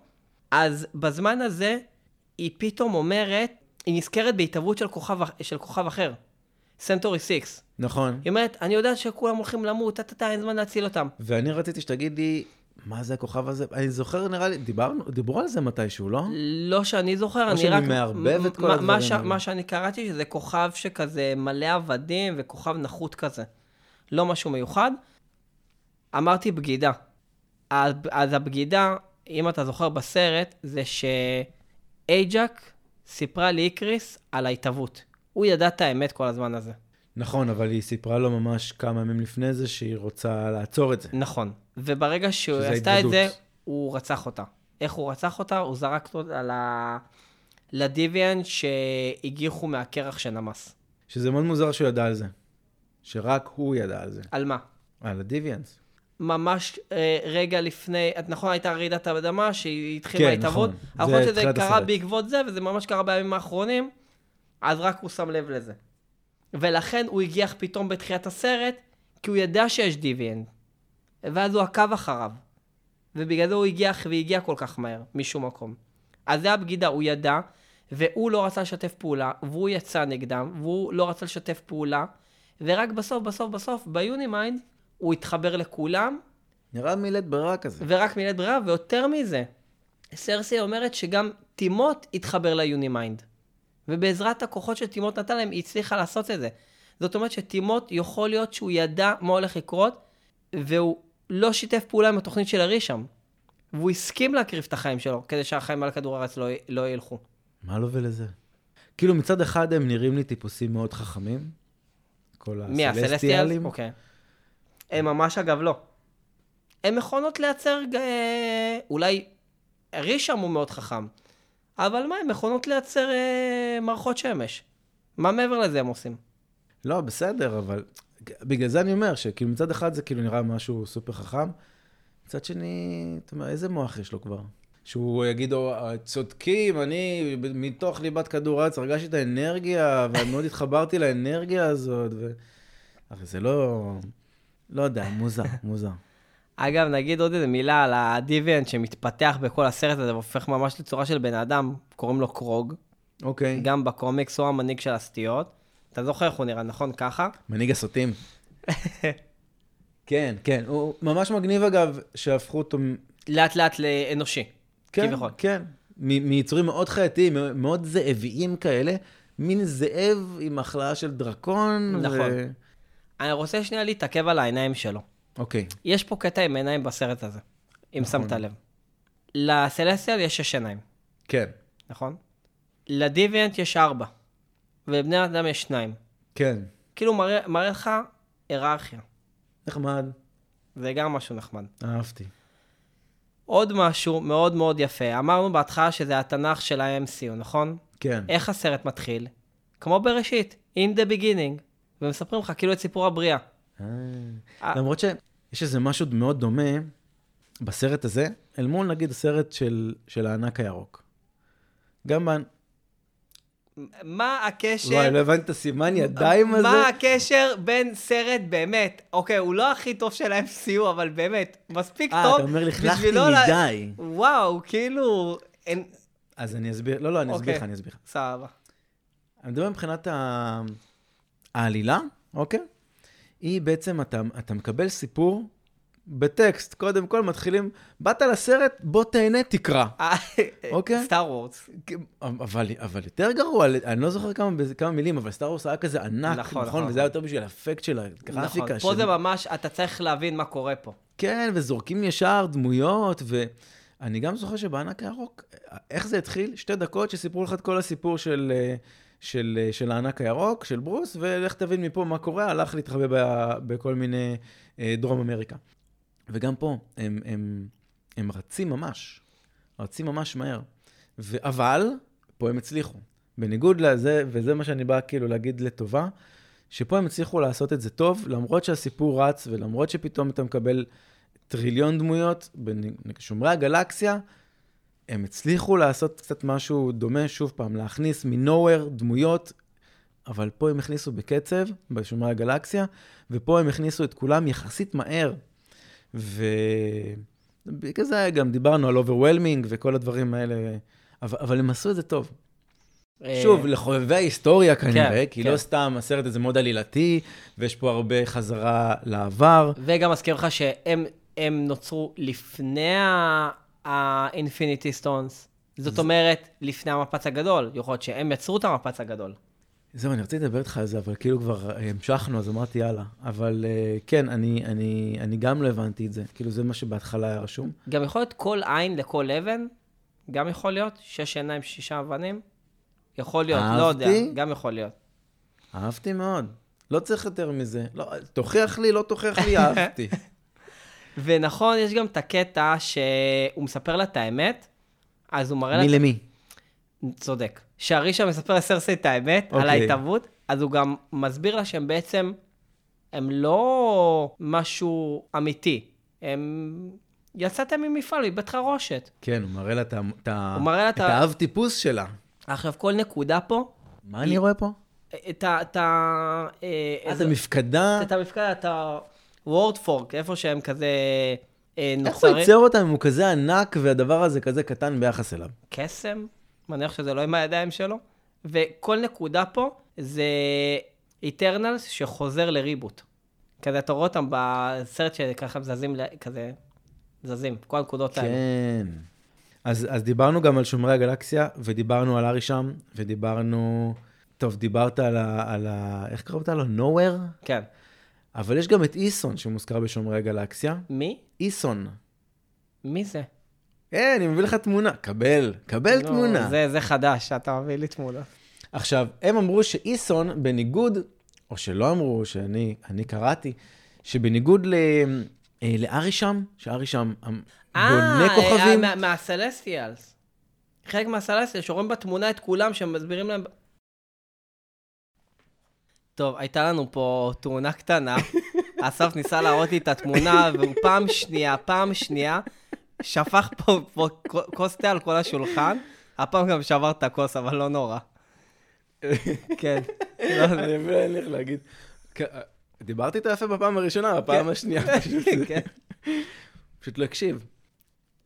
[SPEAKER 2] אז בזמן הזה, היא פתאום אומרת, היא נזכרת בהתהוות של כוכב, אח- של כוכב אחר, סנטורי 6.
[SPEAKER 1] נכון.
[SPEAKER 2] היא אומרת, אני יודעת שכולם הולכים למות, טה-טה-טה, אין זמן להציל אותם.
[SPEAKER 1] ואני רציתי שתגידי, מה זה הכוכב הזה? אני זוכר, נראה לי, דיברנו, דיברו על זה מתישהו, לא?
[SPEAKER 2] לא שאני זוכר, אני
[SPEAKER 1] שאני
[SPEAKER 2] רק...
[SPEAKER 1] מערבב את כל
[SPEAKER 2] מה-
[SPEAKER 1] הדברים
[SPEAKER 2] מה ש-
[SPEAKER 1] האלה.
[SPEAKER 2] מה שאני קראתי, שזה כוכב שכזה מלא עבדים וכוכב נחות כזה. לא משהו מיוחד. אמרתי בגידה. אז אז הבגידה, אם אתה זוכר בסרט, זה שאייג'ק סיפרה לאיקריס על ההתהוות. הוא ידע את האמת כל הזמן הזה.
[SPEAKER 1] נכון, אבל היא סיפרה לו ממש כמה ימים לפני זה שהיא רוצה לעצור את זה.
[SPEAKER 2] נכון. וברגע שהוא
[SPEAKER 1] שזה
[SPEAKER 2] עשתה את זה,
[SPEAKER 1] ההתבדות.
[SPEAKER 2] הוא רצח אותה. איך הוא רצח אותה? הוא זרק אותה על ה... לדיוויאן שהגיחו מהקרח שנמס.
[SPEAKER 1] שזה מאוד מוזר שהוא ידע על זה. שרק הוא ידע על זה.
[SPEAKER 2] על מה?
[SPEAKER 1] על הדיוויאנס.
[SPEAKER 2] ממש אה, רגע לפני, את נכון, הייתה רעידת האדמה שהיא התחילה
[SPEAKER 1] כן,
[SPEAKER 2] ההתהוות.
[SPEAKER 1] נכון. זה
[SPEAKER 2] כן, נכון. שזה
[SPEAKER 1] תחילת
[SPEAKER 2] קרה
[SPEAKER 1] הסרט.
[SPEAKER 2] בעקבות זה, וזה ממש קרה בימים האחרונים, אז רק הוא שם לב לזה. ולכן הוא הגיח פתאום בתחילת הסרט, כי הוא ידע שיש דיוויאנד. ואז הוא עקב אחריו. ובגלל זה הוא הגיח והגיע כל כך מהר, משום מקום. אז זה הבגידה, הוא ידע, והוא לא רצה לשתף פעולה, והוא יצא נגדם, והוא לא רצה לשתף פעולה, ורק בסוף, בסוף, בסוף, ביונימיינד, הוא התחבר לכולם,
[SPEAKER 1] נראה מילת ברירה כזה.
[SPEAKER 2] ורק מילת ברירה, ויותר מזה, סרסי אומרת שגם טימות התחבר ליונימיינד. ובעזרת הכוחות שטימות נתן להם, היא הצליחה לעשות את זה. זאת אומרת שטימות, יכול להיות שהוא ידע מה הולך לקרות, והוא לא שיתף פעולה עם התוכנית של ארי שם. והוא הסכים להקריב את החיים שלו, כדי שהחיים על כדור הארץ לא, לא ילכו.
[SPEAKER 1] מה לו ולזה? כאילו, מצד אחד הם נראים לי טיפוסים מאוד חכמים. כל
[SPEAKER 2] מי, הסלסטיאלס?
[SPEAKER 1] הסלסטיאלים.
[SPEAKER 2] אוקיי. הם ממש, אגב, לא. הם מכונות לייצר, ג- אה, אולי רישם הוא מאוד חכם, אבל מה, הם מכונות לייצר אה, מערכות שמש. מה מעבר לזה הם עושים?
[SPEAKER 1] לא, בסדר, אבל בגלל זה אני אומר, שכאילו מצד אחד זה כאילו נראה משהו סופר חכם, מצד שני, אתה אומר, איזה מוח יש לו כבר? שהוא יגיד, "או, צודקים, אני מתוך ליבת כדור הארץ הרגשתי את האנרגיה, ומאוד התחברתי לאנרגיה הזאת, ו... הרי זה לא... לא יודע, מוזר, מוזר.
[SPEAKER 2] אגב, נגיד עוד איזה מילה על הדיוויאנט שמתפתח בכל הסרט הזה והופך ממש לצורה של בן אדם, קוראים לו קרוג.
[SPEAKER 1] אוקיי.
[SPEAKER 2] גם בקומיקס הוא המנהיג של הסטיות. אתה זוכר איך הוא נראה, נכון? ככה?
[SPEAKER 1] מנהיג הסוטים. כן, כן, הוא ממש מגניב אגב, שהפכו אותו... מ-
[SPEAKER 2] לאט לאט לאנושי.
[SPEAKER 1] כן,
[SPEAKER 2] כביכול.
[SPEAKER 1] כן. מ- מיצורים מאוד חייתיים, מאוד זאביים כאלה, מין זאב עם החלאה של דרקון.
[SPEAKER 2] נכון. אני רוצה שנייה להתעכב על העיניים שלו.
[SPEAKER 1] אוקיי,
[SPEAKER 2] יש פה קטע עם עיניים בסרט הזה, אם
[SPEAKER 1] נכון.
[SPEAKER 2] שמת לב. לסלסיאל יש שש עיניים,
[SPEAKER 1] כן,
[SPEAKER 2] נכון? לדיוויאנט יש ארבע, ולבני אדם יש שניים.
[SPEAKER 1] כן.
[SPEAKER 2] כאילו מראה, מראה לך היררכיה.
[SPEAKER 1] נחמד,
[SPEAKER 2] זה גם משהו נחמד.
[SPEAKER 1] אהבתי.
[SPEAKER 2] עוד משהו מאוד מאוד יפה. אמרנו בהתחלה שזה התנ"ך של ה-MCU, נכון?
[SPEAKER 1] כן.
[SPEAKER 2] איך הסרט מתחיל? כמו בראשית, In the beginning. ומספרים לך כאילו את סיפור הבריאה.
[SPEAKER 1] אה. למרות שיש איזה משהו מאוד דומה בסרט הזה, אל מול נגיד הסרט של, של הענק הירוק. גם בן...
[SPEAKER 2] מה הקשר?
[SPEAKER 1] וואי, לא הבנתי את הסימן ידיים הזה.
[SPEAKER 2] מה הקשר בין סרט באמת, אוקיי, הוא לא הכי טוב של ה-MCU, אבל באמת, מספיק
[SPEAKER 1] אה,
[SPEAKER 2] טוב.
[SPEAKER 1] אתה אומר, לכלכתי
[SPEAKER 2] בשבילו לה-
[SPEAKER 1] מדי.
[SPEAKER 2] וואו, כאילו... אין...
[SPEAKER 1] אז אני אסביר, לא, לא, אני אסביר
[SPEAKER 2] אוקיי.
[SPEAKER 1] לך, אני אסביר לך.
[SPEAKER 2] סבבה.
[SPEAKER 1] אני מדבר מבחינת ה... העלילה, אוקיי? היא בעצם, אתה, אתה מקבל סיפור בטקסט. קודם כל מתחילים, באת לסרט, בוא תהנה, תקרא. אוקיי.
[SPEAKER 2] סטאר וורס.
[SPEAKER 1] אבל, אבל יותר גרוע, אני לא זוכר כמה, כמה מילים, אבל סטאר וורס היה כזה ענק,
[SPEAKER 2] נכון,
[SPEAKER 1] נכון,
[SPEAKER 2] נכון.
[SPEAKER 1] וזה היה יותר בשביל האפקט של הגרפיקה.
[SPEAKER 2] נכון, פה
[SPEAKER 1] של-
[SPEAKER 2] זה ממש, אתה צריך להבין מה קורה פה.
[SPEAKER 1] כן, וזורקים ישר דמויות, ואני גם זוכר שבענק הירוק, איך זה התחיל? שתי דקות שסיפרו לך את כל הסיפור של, אה, של, אה, של הענק הירוק, של ברוס, ולך תבין מפה מה קורה, הלך להתחבא ב, בכל מיני אה, דרום אמריקה. וגם פה, הם, הם, הם רצים ממש, רצים ממש מהר. ו- אבל, פה הם הצליחו. בניגוד לזה, וזה מה שאני בא כאילו להגיד לטובה, שפה הם הצליחו לעשות את זה טוב, למרות שהסיפור רץ, ולמרות שפתאום אתה מקבל טריליון דמויות, בשומרי הגלקסיה, הם הצליחו לעשות קצת משהו דומה, שוב פעם, להכניס מנוהוור דמויות, אבל פה הם הכניסו בקצב, בשומרי הגלקסיה, ופה הם הכניסו את כולם יחסית מהר. ובגלל זה גם דיברנו על אוברוולמינג וכל הדברים האלה, אבל, אבל הם עשו את זה טוב. שוב, לא. לחובבי ההיסטוריה
[SPEAKER 2] אה. כן,
[SPEAKER 1] כנראה, כי
[SPEAKER 2] כן.
[SPEAKER 1] לא סתם הסרט הזה מאוד עלילתי, ויש פה הרבה חזרה לעבר.
[SPEAKER 2] וגם אזכיר לך שהם הם נוצרו לפני האינפיניטי סטונס. זאת אומרת, לפני המפץ הגדול. יכול להיות שהם יצרו את המפץ הגדול.
[SPEAKER 1] זהו, אני רציתי לדבר איתך על זה, אבל כאילו כבר אה, המשכנו, אז אמרתי יאללה. אבל אה, כן, אני, אני, אני גם לא הבנתי את זה. כאילו, זה מה שבהתחלה היה רשום.
[SPEAKER 2] גם יכול להיות כל עין לכל אבן, גם יכול להיות, שש עיניים, שישה אבנים. יכול להיות, לא יודע,
[SPEAKER 1] אהבתי.
[SPEAKER 2] גם יכול להיות.
[SPEAKER 1] אהבתי מאוד. לא צריך יותר מזה. לא, תוכיח לי, לא תוכיח לי, אהבתי.
[SPEAKER 2] ונכון, יש גם את הקטע שהוא מספר לה את האמת, אז הוא מראה לה...
[SPEAKER 1] מי למי?
[SPEAKER 2] צודק. שהרישה מספר לסרסי את האמת על
[SPEAKER 1] אוקיי.
[SPEAKER 2] ההתערבות, אז הוא גם מסביר לה שהם בעצם, הם לא משהו אמיתי. הם... יצאתם ממפעל, מבית חרושת.
[SPEAKER 1] כן, הוא מראה לה את ה- את ה-
[SPEAKER 2] הוא מראה לה
[SPEAKER 1] את
[SPEAKER 2] את ה-
[SPEAKER 1] האב טיפוס שלה.
[SPEAKER 2] עכשיו, כל נקודה פה,
[SPEAKER 1] מה אני רואה פה?
[SPEAKER 2] את ה... את ה... אה,
[SPEAKER 1] אז
[SPEAKER 2] איזה-
[SPEAKER 1] המפקדה,
[SPEAKER 2] את המפקד, את הוורד פורק, איפה שהם כזה אה,
[SPEAKER 1] איך הוא
[SPEAKER 2] נוצרים.
[SPEAKER 1] ייצר אותם אם הוא כזה ענק והדבר הזה כזה קטן ביחס אליו?
[SPEAKER 2] קסם, מניח שזה לא עם הידיים שלו. וכל נקודה פה זה איטרנלס שחוזר לריבוט. כזה, אתה רואה אותם בסרט שככה זזים, ל- כזה זזים, כל הנקודות האלה.
[SPEAKER 1] כן. אז, אז דיברנו גם על שומרי הגלקסיה, ודיברנו על ארי שם, ודיברנו... טוב, דיברת על ה... על ה... איך קראת לו? nowhere?
[SPEAKER 2] כן.
[SPEAKER 1] אבל יש גם את איסון שמוזכר בשומרי הגלקסיה.
[SPEAKER 2] מי?
[SPEAKER 1] איסון.
[SPEAKER 2] מי זה?
[SPEAKER 1] אה, אני מביא לך תמונה. קבל, קבל
[SPEAKER 2] לא,
[SPEAKER 1] תמונה.
[SPEAKER 2] זה, זה חדש, אתה מביא לי תמונה.
[SPEAKER 1] עכשיו, הם אמרו שאיסון, בניגוד, או שלא אמרו, שאני אני קראתי, שבניגוד ל... אה, לארי שם, שארי שם אמ, בונה
[SPEAKER 2] אה,
[SPEAKER 1] כוכבים,
[SPEAKER 2] מה- מהסלסטיאלס. חלק מהסלסטיאלס, שרואים בתמונה את כולם, שמסבירים להם... טוב, הייתה לנו פה תאונה קטנה. אסף ניסה להראות לי את התמונה, והוא פעם שנייה, פעם שנייה, שפך פה, פה כ- כוס תה על כל השולחן. הפעם גם שבר את הכוס, אבל לא נורא. כן. לא, זה-
[SPEAKER 1] אני אפילו אין לי איך להגיד. כ- כן, אה, דיברתי איתו יפה בפעם הראשונה, בפעם השנייה פשוט,
[SPEAKER 2] כן.
[SPEAKER 1] פשוט לא הקשיב.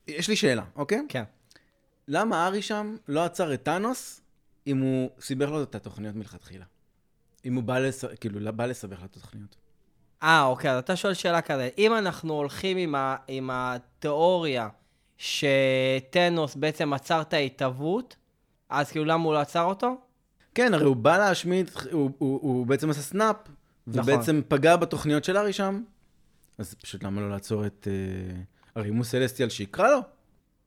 [SPEAKER 1] יש לי שאלה, אוקיי?
[SPEAKER 2] כן.
[SPEAKER 1] למה ארי שם לא עצר את טאנוס אם הוא סיבך לו את התוכניות מלכתחילה? אם הוא בא, לס... כאילו, בא לסבך לו את התוכניות.
[SPEAKER 2] אה, אוקיי, אז אתה שואל שאלה כזה. אם אנחנו הולכים עם, ה, עם התיאוריה שטנוס בעצם עצר את ההתהוות, אז כאילו למה הוא לא עצר אותו?
[SPEAKER 1] כן, הרי הוא בא להשמיד, הוא, הוא, הוא בעצם עשה סנאפ,
[SPEAKER 2] נכון.
[SPEAKER 1] ובעצם פגע בתוכניות של ארי שם, אז פשוט למה לא לעצור את אה, הרימוס סלסטיאל שיקרא לו?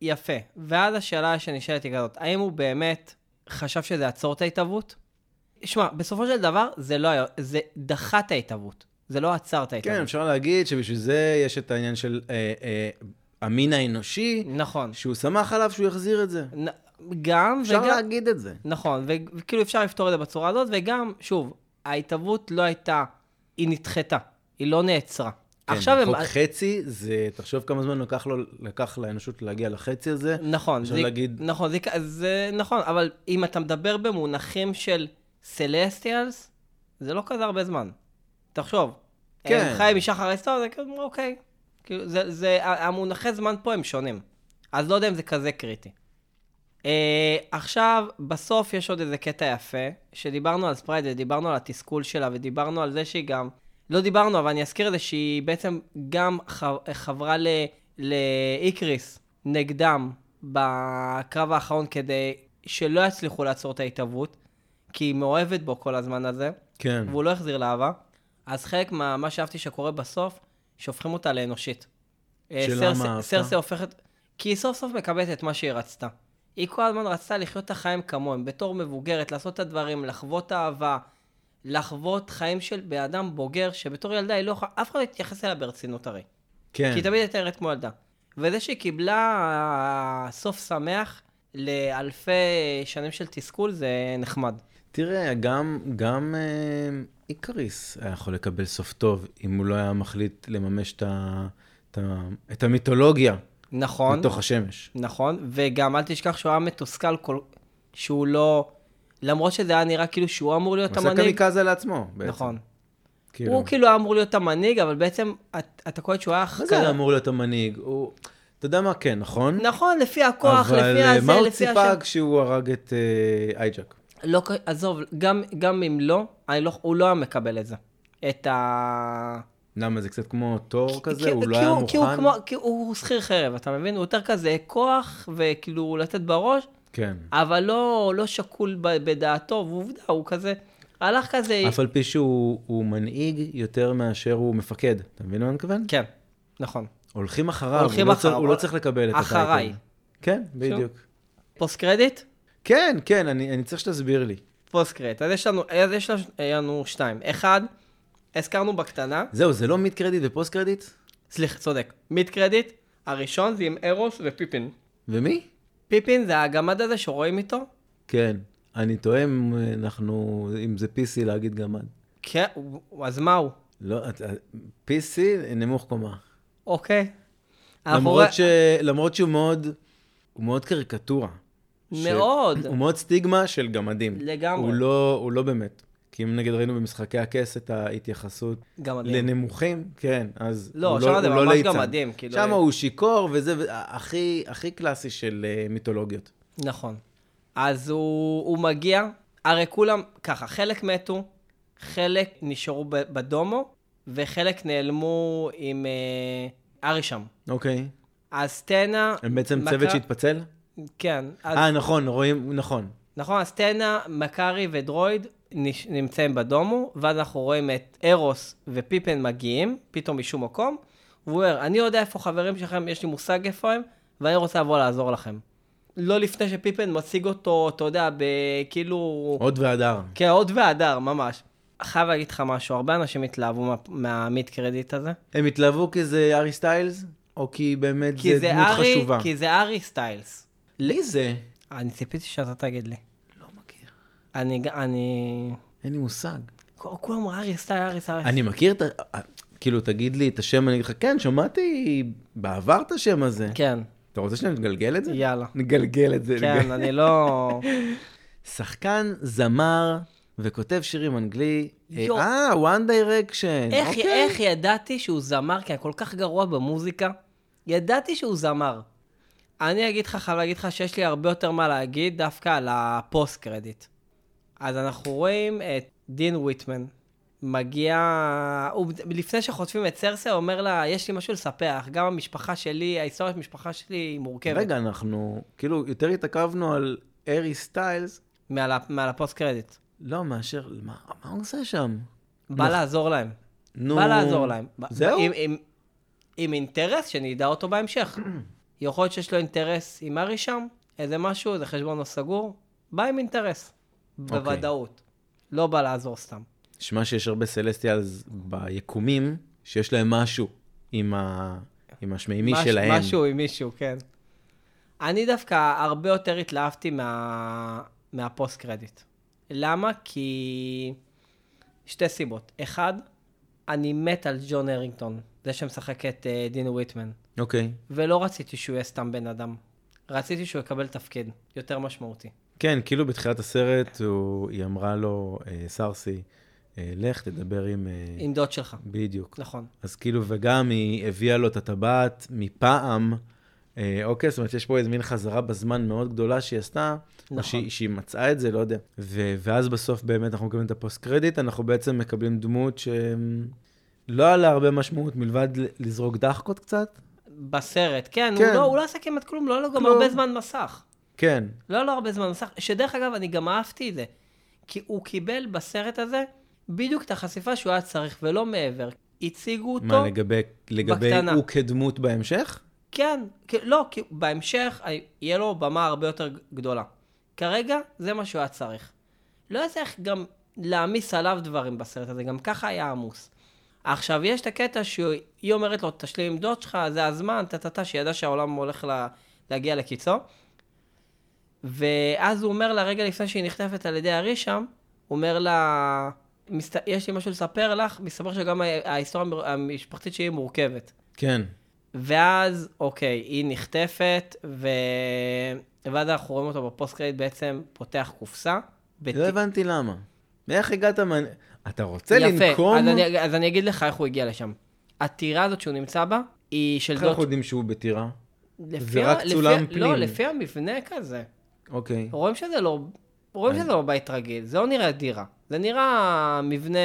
[SPEAKER 2] יפה. ואז השאלה שנשאלת היא כזאת, האם הוא באמת חשב שזה יעצור את ההתהוות? שמע, בסופו של דבר זה לא היה, זה דחה את ההתהוות. זה לא עצר את
[SPEAKER 1] כן,
[SPEAKER 2] ההתהוות.
[SPEAKER 1] אפשר להגיד שבשביל זה יש את העניין של אה, אה, המין האנושי,
[SPEAKER 2] נכון.
[SPEAKER 1] שהוא שמח עליו שהוא יחזיר את זה.
[SPEAKER 2] נ- גם
[SPEAKER 1] אפשר
[SPEAKER 2] וגם...
[SPEAKER 1] להגיד את זה. כן,
[SPEAKER 2] נכון, ו- וכאילו אפשר לפתור את זה בצורה הזאת, וגם, שוב, ההתהוות לא הייתה, היא נדחתה, היא לא נעצרה.
[SPEAKER 1] כן,
[SPEAKER 2] עכשיו הם...
[SPEAKER 1] חוק חצי, זה, תחשוב כמה זמן לקח, לו, לקח לאנושות להגיע לחצי הזה.
[SPEAKER 2] נכון,
[SPEAKER 1] אפשר
[SPEAKER 2] זה,
[SPEAKER 1] להגיד-
[SPEAKER 2] נכון, זה, כ- זה נכון, אבל אם אתה מדבר במונחים של סלסטיאלס, זה לא כזה הרבה זמן. תחשוב,
[SPEAKER 1] כן.
[SPEAKER 2] הם חיים משחר ההיסטוריה, זה כאילו, אוקיי. כאילו, זה, זה, ה- המונחי זמן פה הם שונים. אז לא יודע אם זה כזה קריטי. Uh, עכשיו, בסוף יש עוד איזה קטע יפה, שדיברנו על ספרייט ודיברנו על התסכול שלה ודיברנו על זה שהיא גם, לא דיברנו, אבל אני אזכיר את זה שהיא בעצם גם ח... חברה ל... לאיקריס נגדם בקרב האחרון כדי שלא יצליחו לעצור את ההתהוות, כי היא מאוהבת בו כל הזמן הזה,
[SPEAKER 1] כן.
[SPEAKER 2] והוא לא החזיר לאהבה. אז חלק מה מה שאהבתי שקורה בסוף, שהופכים אותה לאנושית. אה,
[SPEAKER 1] שלמה
[SPEAKER 2] סרסי-
[SPEAKER 1] אהבת?
[SPEAKER 2] סרסי הופכת... כי היא סוף סוף מקבלת את מה שהיא רצתה. היא כל הזמן רצתה לחיות את החיים כמוהם, בתור מבוגרת, לעשות את הדברים, לחוות אהבה, לחוות חיים של בן אדם בוגר, שבתור ילדה היא לא יכולה, אף אחד לא התייחס אליה ברצינות הרי.
[SPEAKER 1] כן.
[SPEAKER 2] כי היא תמיד הייתה נראית כמו ילדה. וזה שהיא קיבלה אה, סוף שמח לאלפי שנים של תסכול, זה נחמד.
[SPEAKER 1] תראה, גם, גם אה, איקריס היה יכול לקבל סוף טוב אם הוא לא היה מחליט לממש את, ה, את, ה, את המיתולוגיה
[SPEAKER 2] נכון.
[SPEAKER 1] בתוך השמש.
[SPEAKER 2] נכון, וגם אל תשכח שהוא היה מתוסכל כל... שהוא לא... למרות שזה היה נראה כאילו שהוא אמור להיות
[SPEAKER 1] הוא עשה
[SPEAKER 2] המנהיג.
[SPEAKER 1] קמיקזה לעצמו, בעצם.
[SPEAKER 2] נכון.
[SPEAKER 1] כאילו,
[SPEAKER 2] הוא כאילו היה אמור להיות המנהיג, אבל בעצם את- אתה קולט שהוא היה...
[SPEAKER 1] מה
[SPEAKER 2] כזה-
[SPEAKER 1] זה אמור להיות המנהיג? הוא... אתה יודע מה? כן, נכון?
[SPEAKER 2] נכון, לפי הכוח, לפי
[SPEAKER 1] אבל אה,
[SPEAKER 2] הזה,
[SPEAKER 1] מה הוא
[SPEAKER 2] לפי
[SPEAKER 1] ציפה כשהוא הרג את אה, אייג'ק?
[SPEAKER 2] לא, ק- עזוב, גם, גם אם לא, אני לא, הוא לא היה מקבל את זה. את ה...
[SPEAKER 1] למה זה קצת כמו תור
[SPEAKER 2] כי-
[SPEAKER 1] כזה? הוא לא
[SPEAKER 2] כי
[SPEAKER 1] היה
[SPEAKER 2] כי הוא, כמו,
[SPEAKER 1] מוכן?
[SPEAKER 2] כי הוא שכיר חרב, אתה מבין? הוא יותר כזה כוח, וכאילו לתת בראש,
[SPEAKER 1] כן.
[SPEAKER 2] אבל לא, לא שקול ב- בדעתו, ועובדה, הוא כזה, הלך כזה...
[SPEAKER 1] אף על פי שהוא הוא מנהיג יותר מאשר הוא מפקד. אתה מבין מה אני מתכוון?
[SPEAKER 2] כן, נכון.
[SPEAKER 1] הולכים אחריו,
[SPEAKER 2] הולכים
[SPEAKER 1] הוא, לא צריך,
[SPEAKER 2] אחריו.
[SPEAKER 1] הוא לא צריך לקבל את הטייטל.
[SPEAKER 2] אחריי.
[SPEAKER 1] כן, בדיוק.
[SPEAKER 2] פוסט קרדיט?
[SPEAKER 1] כן, כן, אני, אני צריך שתסביר לי.
[SPEAKER 2] פוסט קרדיט. אז יש לנו, אז יש לנו- אה, לנו שתיים. אחד, הזכרנו בקטנה,
[SPEAKER 1] זהו, זה לא מיד קרדיט ופוסט קרדיט?
[SPEAKER 2] סליחה, צודק, מיד קרדיט, הראשון זה עם ארוס ופיפין.
[SPEAKER 1] ומי?
[SPEAKER 2] פיפין זה הגמד הזה שרואים איתו?
[SPEAKER 1] כן. אני טועה אם אה, אנחנו, אם זה PC להגיד גמד.
[SPEAKER 2] כן, הוא- אז מה הוא?
[SPEAKER 1] לא, את- PC נמוך קומה.
[SPEAKER 2] אוקיי. אנחנו
[SPEAKER 1] למרות,
[SPEAKER 2] רא-
[SPEAKER 1] ש... למרות שהוא מאוד, הוא מאוד קריקטורה. ש-
[SPEAKER 2] מאוד.
[SPEAKER 1] הוא מאוד סטיגמה של גמדים.
[SPEAKER 2] לגמרי.
[SPEAKER 1] הוא לא, הוא לא באמת. כי אם נגיד ראינו במשחקי הכס את ההתייחסות
[SPEAKER 2] גמדים.
[SPEAKER 1] לנמוכים, כן, אז
[SPEAKER 2] לא,
[SPEAKER 1] הוא
[SPEAKER 2] שם
[SPEAKER 1] הוא
[SPEAKER 2] זה
[SPEAKER 1] לא
[SPEAKER 2] ממש
[SPEAKER 1] ליצן.
[SPEAKER 2] גמדים, כאילו-
[SPEAKER 1] שם הוא שיכור וזה ו- הכי, הכי קלאסי של אה, מיתולוגיות.
[SPEAKER 2] נכון. אז הוא, הוא מגיע, הרי כולם ככה, חלק מתו, חלק נשארו ב- בדומו, וחלק נעלמו עם אה, ארי שם.
[SPEAKER 1] אוקיי.
[SPEAKER 2] הסצנה...
[SPEAKER 1] הם בעצם צוות
[SPEAKER 2] מכה-
[SPEAKER 1] שהתפצל?
[SPEAKER 2] כן. אז,
[SPEAKER 1] אה, נכון, רואים, נכון.
[SPEAKER 2] נכון, הסצנה, מקארי ודרויד נש- נמצאים בדומו, ואז אנחנו רואים את ארוס ופיפן מגיעים, פתאום משום מקום, והוא אומר, אני יודע איפה חברים שלכם, יש לי מושג איפה הם, ואני רוצה לבוא לעזור לכם. לא לפני שפיפן מציג אותו, אתה יודע, בכאילו...
[SPEAKER 1] הוד והדר.
[SPEAKER 2] כן, הוד והדר, ממש. חייב להגיד לך משהו, הרבה אנשים התלהבו מה- מהמיד קרדיט הזה.
[SPEAKER 1] הם התלהבו כי זה ארי סטיילס, או כי באמת
[SPEAKER 2] כי
[SPEAKER 1] זה
[SPEAKER 2] זה
[SPEAKER 1] דמות
[SPEAKER 2] ארי,
[SPEAKER 1] חשובה?
[SPEAKER 2] כי זה ארי סטיילס.
[SPEAKER 1] לי זה.
[SPEAKER 2] אני ציפיתי שאתה תגיד לי.
[SPEAKER 1] לא מכיר.
[SPEAKER 2] אני, ג- אני...
[SPEAKER 1] אין לי מושג.
[SPEAKER 2] כ- כולם ארי סטיילס, ארי סטיילס.
[SPEAKER 1] אני מכיר את ה... כאילו, תגיד לי את השם, אני אגיד לך, כן, שמעתי בעבר את השם הזה.
[SPEAKER 2] כן,
[SPEAKER 1] אתה רוצה שנגלגל את זה?
[SPEAKER 2] יאללה.
[SPEAKER 1] נגלגל את זה.
[SPEAKER 2] כן,
[SPEAKER 1] נגלגל.
[SPEAKER 2] אני לא...
[SPEAKER 1] שחקן, זמר וכותב שירים אנגלי.
[SPEAKER 2] יו.
[SPEAKER 1] אה, One Direction.
[SPEAKER 2] איך,
[SPEAKER 1] אוקיי.
[SPEAKER 2] איך ידעתי שהוא זמר? כי אני כל כך גרוע במוזיקה. ידעתי שהוא זמר. אני אגיד לך, חייב להגיד לך שיש לי הרבה יותר מה להגיד דווקא על הפוסט קרדיט. אז אנחנו רואים את דין וויטמן. מגיע... הוא... לפני שחוטפים את סרסה, הוא אומר לה, יש לי משהו לספח. גם המשפחה שלי, ההיסטוריה של המשפחה שלי היא מורכבת.
[SPEAKER 1] רגע, אנחנו, כאילו, יותר התעכבנו על ארי סטיילס,
[SPEAKER 2] מעל, ה... מעל הפוסט קרדיט.
[SPEAKER 1] לא, מאשר, מה מה הוא עושה שם?
[SPEAKER 2] בא
[SPEAKER 1] נכון.
[SPEAKER 2] לעזור להם.
[SPEAKER 1] נו.
[SPEAKER 2] בא לעזור להם.
[SPEAKER 1] זהו?
[SPEAKER 2] עם, עם, עם אינטרס שנדע אותו בהמשך. יכול להיות שיש לו אינטרס עם ארי שם, איזה משהו, איזה חשבון לא סגור, בא עם אינטרס.
[SPEAKER 1] אוקיי.
[SPEAKER 2] בוודאות. לא בא לעזור סתם.
[SPEAKER 1] שמע שיש הרבה סלסטיאלס ביקומים, שיש להם משהו עם, ה... עם השמימי
[SPEAKER 2] מש-
[SPEAKER 1] שלהם.
[SPEAKER 2] משהו עם מישהו, כן. אני דווקא הרבה יותר התלהבתי מה... מהפוסט קרדיט. למה? כי... שתי סיבות. אחד, אני מת על ג'ון הרינגטון, זה שמשחק את אה, דין וויטמן.
[SPEAKER 1] אוקיי.
[SPEAKER 2] ולא רציתי שהוא יהיה סתם בן אדם. רציתי שהוא יקבל תפקיד יותר משמעותי.
[SPEAKER 1] כן, כאילו בתחילת הסרט הוא... היא אמרה לו, אה, סרסי, אה, לך תדבר עם... אה,
[SPEAKER 2] עם דוד שלך.
[SPEAKER 1] בדיוק.
[SPEAKER 2] נכון.
[SPEAKER 1] אז כאילו, וגם היא הביאה לו את הטבעת מפעם, אה, אוקיי, זאת אומרת, יש פה איזה מין חזרה בזמן מאוד גדולה שהיא עשתה, נכון. או
[SPEAKER 2] נכון.
[SPEAKER 1] שהיא, שהיא מצאה את זה, לא יודע. ו- ואז בסוף באמת אנחנו מקבלים את הפוסט קרדיט, אנחנו בעצם מקבלים דמות שלא היה לה הרבה משמעות מלבד ל- לזרוק דחקות קצת.
[SPEAKER 2] בסרט, כן,
[SPEAKER 1] כן.
[SPEAKER 2] הוא לא, הוא לא עשה כמעט כלום, לא היה לו גם
[SPEAKER 1] כלום.
[SPEAKER 2] הרבה זמן מסך.
[SPEAKER 1] כן,
[SPEAKER 2] לא היה לו הרבה זמן מסך, שדרך אגב, אני גם אהבתי את זה. כי הוא קיבל בסרט הזה בדיוק את החשיפה שהוא היה צריך, ולא מעבר. הציגו אותו.
[SPEAKER 1] מה לגבי, לגבי
[SPEAKER 2] בקטנה.
[SPEAKER 1] הוא כדמות בהמשך?
[SPEAKER 2] כן, כי- לא, כי בהמשך אה, יהיה לו במה הרבה יותר ג- גדולה. כרגע, זה מה שהוא היה צריך. לא היה צריך גם להעמיס עליו דברים בסרט הזה, גם ככה היה עמוס. עכשיו, יש את הקטע שהיא אומרת לו, תשלים עם דוד שלך, זה הזמן, טה-טה-טה, שידע שהעולם הולך לה, להגיע לקיצו. ואז הוא אומר לה, רגע לפני שהיא נחטפת על ידי הארי שם, הוא אומר לה, "מסת- יש לי משהו לספר לך, מסתבר שגם ה- ההיסטוריה המ- המשפחתית שלי מורכבת.
[SPEAKER 1] כן.
[SPEAKER 2] ואז, אוקיי, היא נחטפת, ו... ואז אנחנו רואים אותו בפוסט קרדיט בעצם פותח קופסה. בת...
[SPEAKER 1] לא הבנתי למה. איך הגעת מה... אתה רוצה
[SPEAKER 2] יפה.
[SPEAKER 1] לנקום?
[SPEAKER 2] אז אני, אז אני אגיד לך איך הוא הגיע לשם. הטירה הזאת שהוא נמצא בה, היא של
[SPEAKER 1] איך אנחנו
[SPEAKER 2] דוד...
[SPEAKER 1] יודעים שהוא בטירה?
[SPEAKER 2] לפי
[SPEAKER 1] זה
[SPEAKER 2] ה-
[SPEAKER 1] רק צולם
[SPEAKER 2] לפי...
[SPEAKER 1] פנים.
[SPEAKER 2] לא, לפי המבנה כזה.
[SPEAKER 1] אוקיי.
[SPEAKER 2] רואים שזה לא... רואים
[SPEAKER 1] אני-
[SPEAKER 2] שזה לא בית רגיל, זה לא נראה דירה. זה נראה מבנה...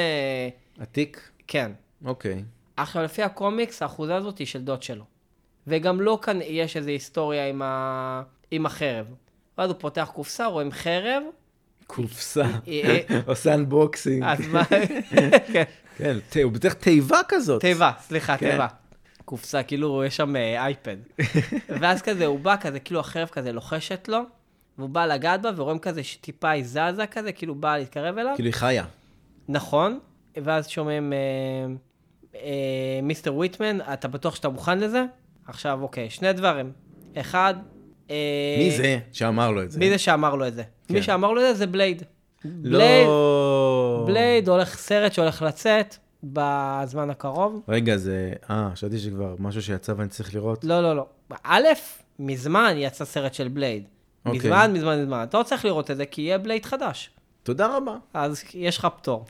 [SPEAKER 1] עתיק?
[SPEAKER 2] כן.
[SPEAKER 1] אוקיי.
[SPEAKER 2] עכשיו, לפי הקומיקס, האחוזה הזאת היא של דוד שלו. וגם לו כאן יש איזו היסטוריה עם, ה... עם החרב. ואז הוא פותח קופסה, רואים חרב,
[SPEAKER 1] קופסה.
[SPEAKER 2] אה,
[SPEAKER 1] עושה אנבוקסינג.
[SPEAKER 2] אז מה... כן.
[SPEAKER 1] כן, ת- הוא בטח תיבה כזאת.
[SPEAKER 2] תיבה, סליחה,
[SPEAKER 1] כן.
[SPEAKER 2] תיבה. קופסה, כאילו, יש שם אה, אייפד. ואז כזה, הוא בא כזה, כאילו החרב כזה לוחשת לו, והוא בא לגעת בה, ורואים כזה שטיפה היא זזה כזה, כאילו באה להתקרב אליו.
[SPEAKER 1] כאילו היא חיה.
[SPEAKER 2] נכון, ואז שומעים, אה, אה, מיסטר וויטמן, אתה בטוח שאתה מוכן לזה? עכשיו, אוקיי, שני דברים. אחד, אה,
[SPEAKER 1] מי זה כן. שאמר לו את זה?
[SPEAKER 2] מי זה שאמר לו את זה? מי שאמר לו את זה זה בלייד. בלייד,
[SPEAKER 1] לא...
[SPEAKER 2] בלייד הולך סרט שהולך לצאת בזמן הקרוב.
[SPEAKER 1] רגע, זה... אה, חשבתי שכבר משהו שיצא ואני צריך לראות.
[SPEAKER 2] לא, לא, לא. א', מזמן יצא סרט של בלייד.
[SPEAKER 1] אוקיי.
[SPEAKER 2] מזמן, מזמן, מזמן. אתה לא צריך לראות את זה, כי יהיה בלייד חדש.
[SPEAKER 1] תודה רבה.
[SPEAKER 2] אז יש לך פטור.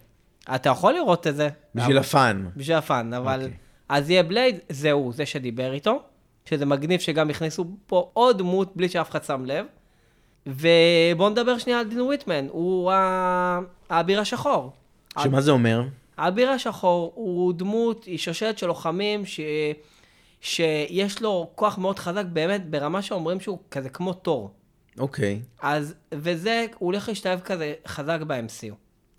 [SPEAKER 2] אתה יכול לראות את זה.
[SPEAKER 1] בשביל הפאן.
[SPEAKER 2] בשביל הפאן, אבל...
[SPEAKER 1] אוקיי.
[SPEAKER 2] אז יהיה בלייד, זה הוא, זה שדיבר איתו, שזה מגניב שגם הכניסו פה עוד דמות בלי שאף אחד שם לב. ובואו נדבר שנייה על דין וויטמן, הוא ה- האביר השחור.
[SPEAKER 1] שמה זה אומר?
[SPEAKER 2] האביר השחור הוא דמות, היא שושלת של לוחמים, ש... שיש לו כוח מאוד חזק באמת, ברמה שאומרים שהוא כזה כמו תור.
[SPEAKER 1] אוקיי.
[SPEAKER 2] אז, וזה, הוא הולך להשתלב כזה חזק ב-MCU.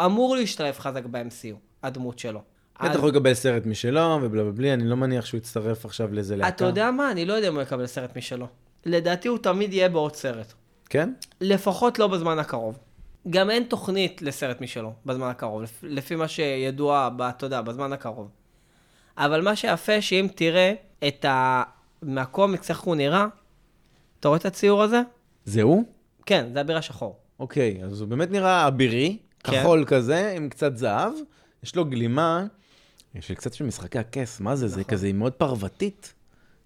[SPEAKER 2] אמור להשתלב חזק ב-MCU, הדמות שלו. אז-
[SPEAKER 1] בטח הוא יקבל סרט משלו ובלה בלה בלי, אני לא מניח שהוא יצטרף עכשיו לאיזה להקה.
[SPEAKER 2] אתה יודע מה? אני לא יודע אם הוא יקבל סרט משלו. לדעתי הוא תמיד יהיה בעוד סרט.
[SPEAKER 1] כן?
[SPEAKER 2] לפחות לא בזמן הקרוב. גם אין תוכנית לסרט משלו בזמן הקרוב, לפ- לפי מה שידוע, ב- אתה יודע, בזמן הקרוב. אבל מה שיפה, שאם תראה את ה... מהקומיקס, איך הוא נראה, אתה רואה את הציור הזה?
[SPEAKER 1] זה הוא?
[SPEAKER 2] כן, זה אביר השחור.
[SPEAKER 1] אוקיי, אז הוא באמת נראה אבירי,
[SPEAKER 2] כן.
[SPEAKER 1] כחול כזה, עם קצת זהב, יש לו גלימה של קצת של משחקי הכס, מה זה? זה
[SPEAKER 2] נכון.
[SPEAKER 1] כזה היא מאוד פרוותית.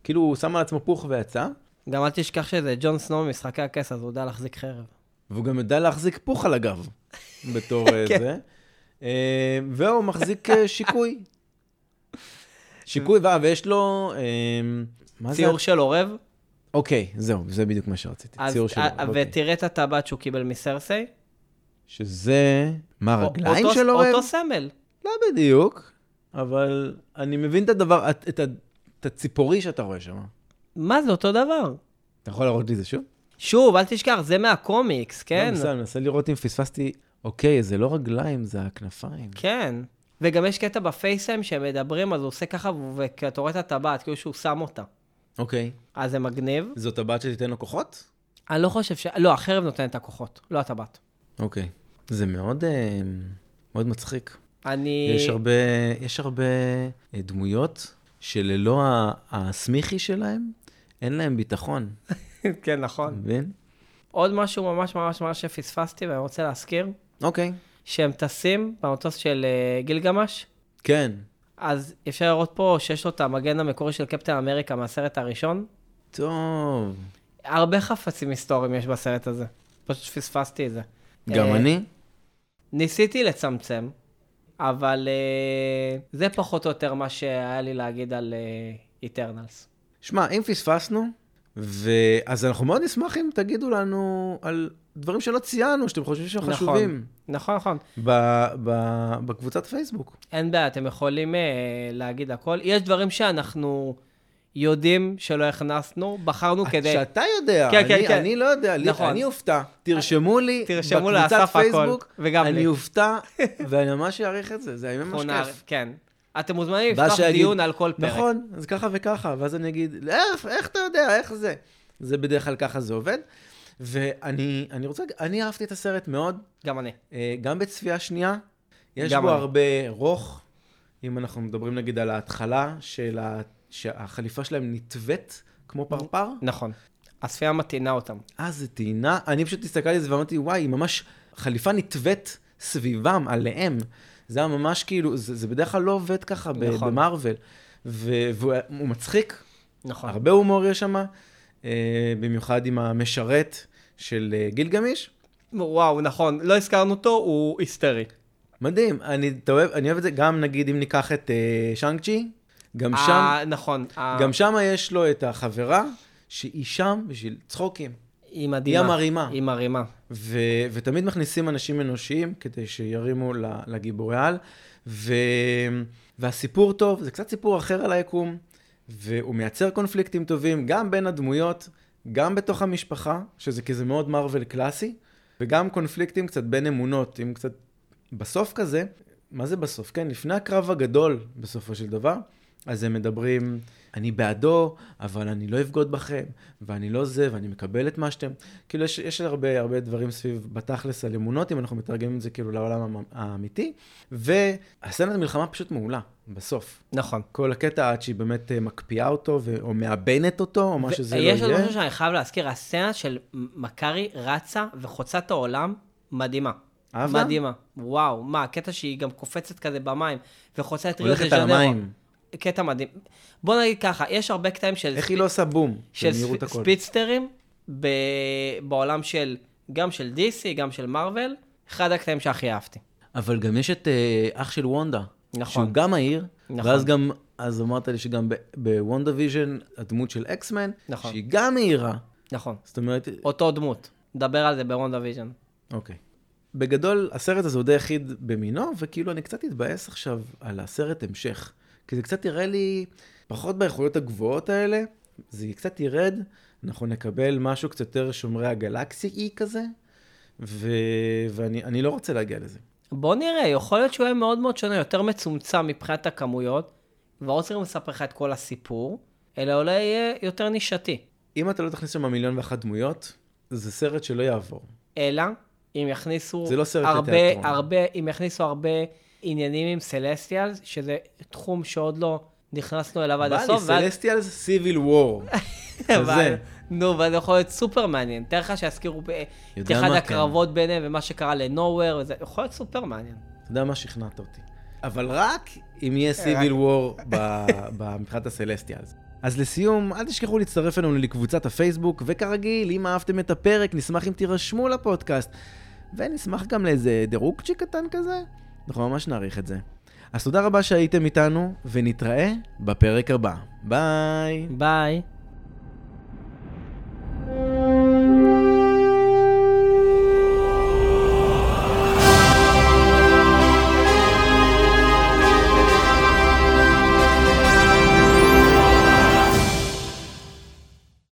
[SPEAKER 1] כאילו, הוא שם על עצמו פוך ויצא,
[SPEAKER 2] גם אל תשכח שזה ג'ון סנואו ממשחקי הכס, אז הוא יודע להחזיק חרב.
[SPEAKER 1] והוא גם יודע להחזיק פוך על הגב, בתור אה,
[SPEAKER 2] כן.
[SPEAKER 1] זה. אה, והוא מחזיק אה, שיקוי. שיקוי, ואה, ויש לו... אה, מה זה?
[SPEAKER 2] ציור של עורב,
[SPEAKER 1] אוקיי, זהו, זה בדיוק מה שרציתי.
[SPEAKER 2] אז-
[SPEAKER 1] ציור שלו.
[SPEAKER 2] אה,
[SPEAKER 1] אוקיי.
[SPEAKER 2] ותראה את הטבעת שהוא קיבל מסרסיי.
[SPEAKER 1] שזה... מה, רגליים
[SPEAKER 2] אותו-
[SPEAKER 1] של אורב?
[SPEAKER 2] אותו סמל.
[SPEAKER 1] לא בדיוק, אבל אני מבין את הדבר, את, את, ה- את הציפורי שאתה רואה שם.
[SPEAKER 2] מה זה אותו דבר?
[SPEAKER 1] אתה יכול להראות לי את זה שוב?
[SPEAKER 2] שוב, אל תשכח, זה מהקומיקס,
[SPEAKER 1] לא,
[SPEAKER 2] כן?
[SPEAKER 1] מנסה, אני מנסה לראות אם פספסתי, אוקיי, זה לא רגליים, זה הכנפיים.
[SPEAKER 2] כן. וגם יש קטע בפייסם שהם מדברים, אז הוא עושה ככה, והוא- ואתה רואה את הטבעת, כאילו שהוא שם אותה.
[SPEAKER 1] אוקיי.
[SPEAKER 2] אז זה מגניב.
[SPEAKER 1] זאת הבת שתיתן לו כוחות?
[SPEAKER 2] אני לא חושב ש... לא, החרב נותנת את הכוחות, לא הטבעת.
[SPEAKER 1] אוקיי. זה מאוד, אה, מאוד מצחיק.
[SPEAKER 2] אני...
[SPEAKER 1] יש הרבה, יש הרבה אה, דמויות שללא ה- הסמיכי שלהם, אין להם ביטחון,
[SPEAKER 2] כן, נכון.
[SPEAKER 1] מבין?
[SPEAKER 2] עוד משהו ממש ממש ממש שפספסתי, ואני רוצה להזכיר,
[SPEAKER 1] אוקיי.
[SPEAKER 2] שהם טסים במטוס של אה, גילגמש,
[SPEAKER 1] כן.
[SPEAKER 2] אז אפשר לראות פה שיש לו את המגן המקורי של קפטן אמריקה מהסרט הראשון.
[SPEAKER 1] טוב.
[SPEAKER 2] הרבה חפצים היסטוריים יש בסרט הזה. פשוט פספסתי את זה.
[SPEAKER 1] גם
[SPEAKER 2] אה,
[SPEAKER 1] אני?
[SPEAKER 2] ניסיתי לצמצם, אבל אה, זה פחות או יותר מה שהיה לי להגיד על אה, איטרנלס.
[SPEAKER 1] שמע, אם פספסנו, ו- אז אנחנו מאוד נשמח אם תגידו לנו על דברים שלא ציינו, שאתם חושבים שהם
[SPEAKER 2] נכון.
[SPEAKER 1] חשובים,
[SPEAKER 2] נכון, נכון.
[SPEAKER 1] ב- ב- בקבוצת פייסבוק.
[SPEAKER 2] אין בעיה, אתם יכולים אה, להגיד הכל. יש דברים שאנחנו יודעים שלא הכנסנו, בחרנו כדי...
[SPEAKER 1] שאתה יודע,
[SPEAKER 2] אוקיי, כן,
[SPEAKER 1] אני,
[SPEAKER 2] כן, כן.
[SPEAKER 1] אני לא יודע, לי-
[SPEAKER 2] נכון.
[SPEAKER 1] אני אופתע. תרשמו לי,
[SPEAKER 2] תרשמו
[SPEAKER 1] בקבוצת
[SPEAKER 2] לאסף הכל,
[SPEAKER 1] פייסבוק,
[SPEAKER 2] וגם
[SPEAKER 1] אני
[SPEAKER 2] לי.
[SPEAKER 1] אופתע, ואני ממש אעריך את זה, זה היה ממש
[SPEAKER 2] אנחנו נער-
[SPEAKER 1] כיף.
[SPEAKER 2] כן. אתם מוזמנים
[SPEAKER 1] ואז
[SPEAKER 2] לפתוח
[SPEAKER 1] שיגיד,
[SPEAKER 2] דיון על כל פרק.
[SPEAKER 1] נכון, אז ככה וככה, ואז אני אגיד, איך, איך אתה יודע, איך זה? זה בדרך כלל ככה זה עובד. ואני אני רוצה, אני אהבתי את הסרט מאוד,
[SPEAKER 2] גם אני.
[SPEAKER 1] אה, גם בצפייה שנייה, יש
[SPEAKER 2] גם
[SPEAKER 1] בו
[SPEAKER 2] אני.
[SPEAKER 1] הרבה רוך, אם אנחנו מדברים נגיד על ההתחלה של ה... שהחליפה שלהם נטווית כמו פרפר,
[SPEAKER 2] נכון. הספייה מתאינה אותם.
[SPEAKER 1] אה, זה טעינה. אני פשוט הסתכלתי על זה ואמרתי, וואי, היא ממש חליפה נטווית סביבם, עליהם. זה היה ממש כאילו, זה, זה בדרך כלל לא עובד ככה ב-
[SPEAKER 2] נכון.
[SPEAKER 1] במרוויל. ו- והוא הוא מצחיק,
[SPEAKER 2] נכון.
[SPEAKER 1] הרבה הומור יש שם, אה, במיוחד עם המשרת של אה, גילגמיש.
[SPEAKER 2] וואו, נכון. לא הזכרנו אותו, הוא היסטרי.
[SPEAKER 1] מדהים, אני, אתה אוהב, אני אוהב את זה, גם נגיד אם ניקח את uh, שאנג צ'י, גם שם,
[SPEAKER 2] אה, נכון. אה,
[SPEAKER 1] גם שם יש לו את החברה, שהיא שם בשביל צחוקים.
[SPEAKER 2] היא מדהימה.
[SPEAKER 1] היא המרימה.
[SPEAKER 2] היא מרימה.
[SPEAKER 1] ו- ותמיד מכניסים אנשים אנושיים כדי שירימו ל- לגיבורי על. ו- והסיפור טוב, זה קצת סיפור אחר על היקום, והוא מייצר קונפליקטים טובים, גם בין הדמויות, גם בתוך המשפחה, שזה כי זה מאוד מרוויל קלאסי, וגם קונפליקטים קצת בין אמונות, עם קצת... בסוף כזה, מה זה בסוף? כן, לפני הקרב הגדול, בסופו של דבר, אז הם מדברים, אני בעדו, אבל אני לא אבגוד בכם, ואני לא זה, ואני מקבל את מה שאתם... כאילו, יש, יש הרבה, הרבה דברים סביב, בתכלס, על אמונות, אם אנחנו מתרגמים את זה כאילו לעולם המ- האמיתי. והסצנת מלחמה פשוט מעולה, בסוף.
[SPEAKER 2] נכון.
[SPEAKER 1] כל הקטע עד שהיא באמת אה, מקפיאה אותו, ו... או מאבנת אותו, או מה שזה לא יהיה.
[SPEAKER 2] יש עוד משהו שאני חייב להזכיר, הסצנה של מקארי רצה וחוצה את העולם, מדהימה.
[SPEAKER 1] אהבת?
[SPEAKER 2] מדהימה. וואו, מה, הקטע שהיא גם קופצת כזה במים, וחוצה את ריו דה
[SPEAKER 1] הולכת על
[SPEAKER 2] ז'נרו.
[SPEAKER 1] המים.
[SPEAKER 2] קטע מדהים. בוא נגיד ככה, יש הרבה קטעים של,
[SPEAKER 1] איך היא לא עושה בום?
[SPEAKER 2] של
[SPEAKER 1] במהירות
[SPEAKER 2] ספ...
[SPEAKER 1] הכל.
[SPEAKER 2] ספיצטרים ב... בעולם של, גם של DC, גם של מארוול, אחד הקטעים שהכי אהבתי.
[SPEAKER 1] אבל גם יש את אה, אח של וונדה.
[SPEAKER 2] נכון.
[SPEAKER 1] שהוא גם מהיר,
[SPEAKER 2] נכון.
[SPEAKER 1] ואז גם, אז אמרת לי שגם ב- בוונדה ויז'ן, הדמות של אקסמן,
[SPEAKER 2] נכון.
[SPEAKER 1] שהיא גם מהירה.
[SPEAKER 2] נכון.
[SPEAKER 1] זאת אומרת,
[SPEAKER 2] אותו דמות. נדבר על זה בוונדה ויז'ן.
[SPEAKER 1] אוקיי. בגדול, הסרט הזה הוא די יחיד במינו, וכאילו אני קצת אתבאס עכשיו על הסרט המשך. כי זה קצת יראה לי, פחות באיכויות הגבוהות האלה, זה קצת ירד, אנחנו נקבל משהו קצת יותר שומרי הגלקסי-אי כזה, ו... ואני אני לא רוצה להגיע לזה.
[SPEAKER 2] בוא נראה, יכול להיות שהוא יהיה מאוד מאוד שונה, יותר מצומצם מבחינת הכמויות, כבר לא צריכים לספר לך את כל הסיפור, אלא אולי יהיה יותר נישתי.
[SPEAKER 1] אם אתה לא תכניס שם מיליון ואחת דמויות, זה סרט שלא יעבור.
[SPEAKER 2] אלא אם יכניסו
[SPEAKER 1] זה לא סרט לתיאטרון.
[SPEAKER 2] הרבה, הרבה, אם יכניסו הרבה עניינים עם סלסטיאל, שזה תחום שעוד לא נכנסנו אליו עד
[SPEAKER 1] בא לי,
[SPEAKER 2] הסוף, ואז-
[SPEAKER 1] סלסטיאלס סיביל וור.
[SPEAKER 2] ואז- נו, ואז יכול להיות סופר מעניין. תאר לך שיזכירו ב- את
[SPEAKER 1] יודע
[SPEAKER 2] אחד
[SPEAKER 1] מה, כן.
[SPEAKER 2] הקרבות ביניהם ומה שקרה לנוהוור, וזה יכול להיות סופר מעניין.
[SPEAKER 1] אתה יודע מה שכנעת אותי. אבל רק אם יהיה סיביל וור ב- ב- מבחינת הסלסטיאלס. אז לסיום, אל תשכחו להצטרף אלינו לקבוצת הפייסבוק, וכרגיל, אם אהבתם את הפרק, נשמח אם תירשמו לפודקאסט, ונשמח גם לאיזה דירוגצ'יק קטן כזה, אנחנו ממש נעריך את זה. אז תודה רבה שהייתם איתנו, ונתראה בפרק הבא. ביי!
[SPEAKER 2] ביי.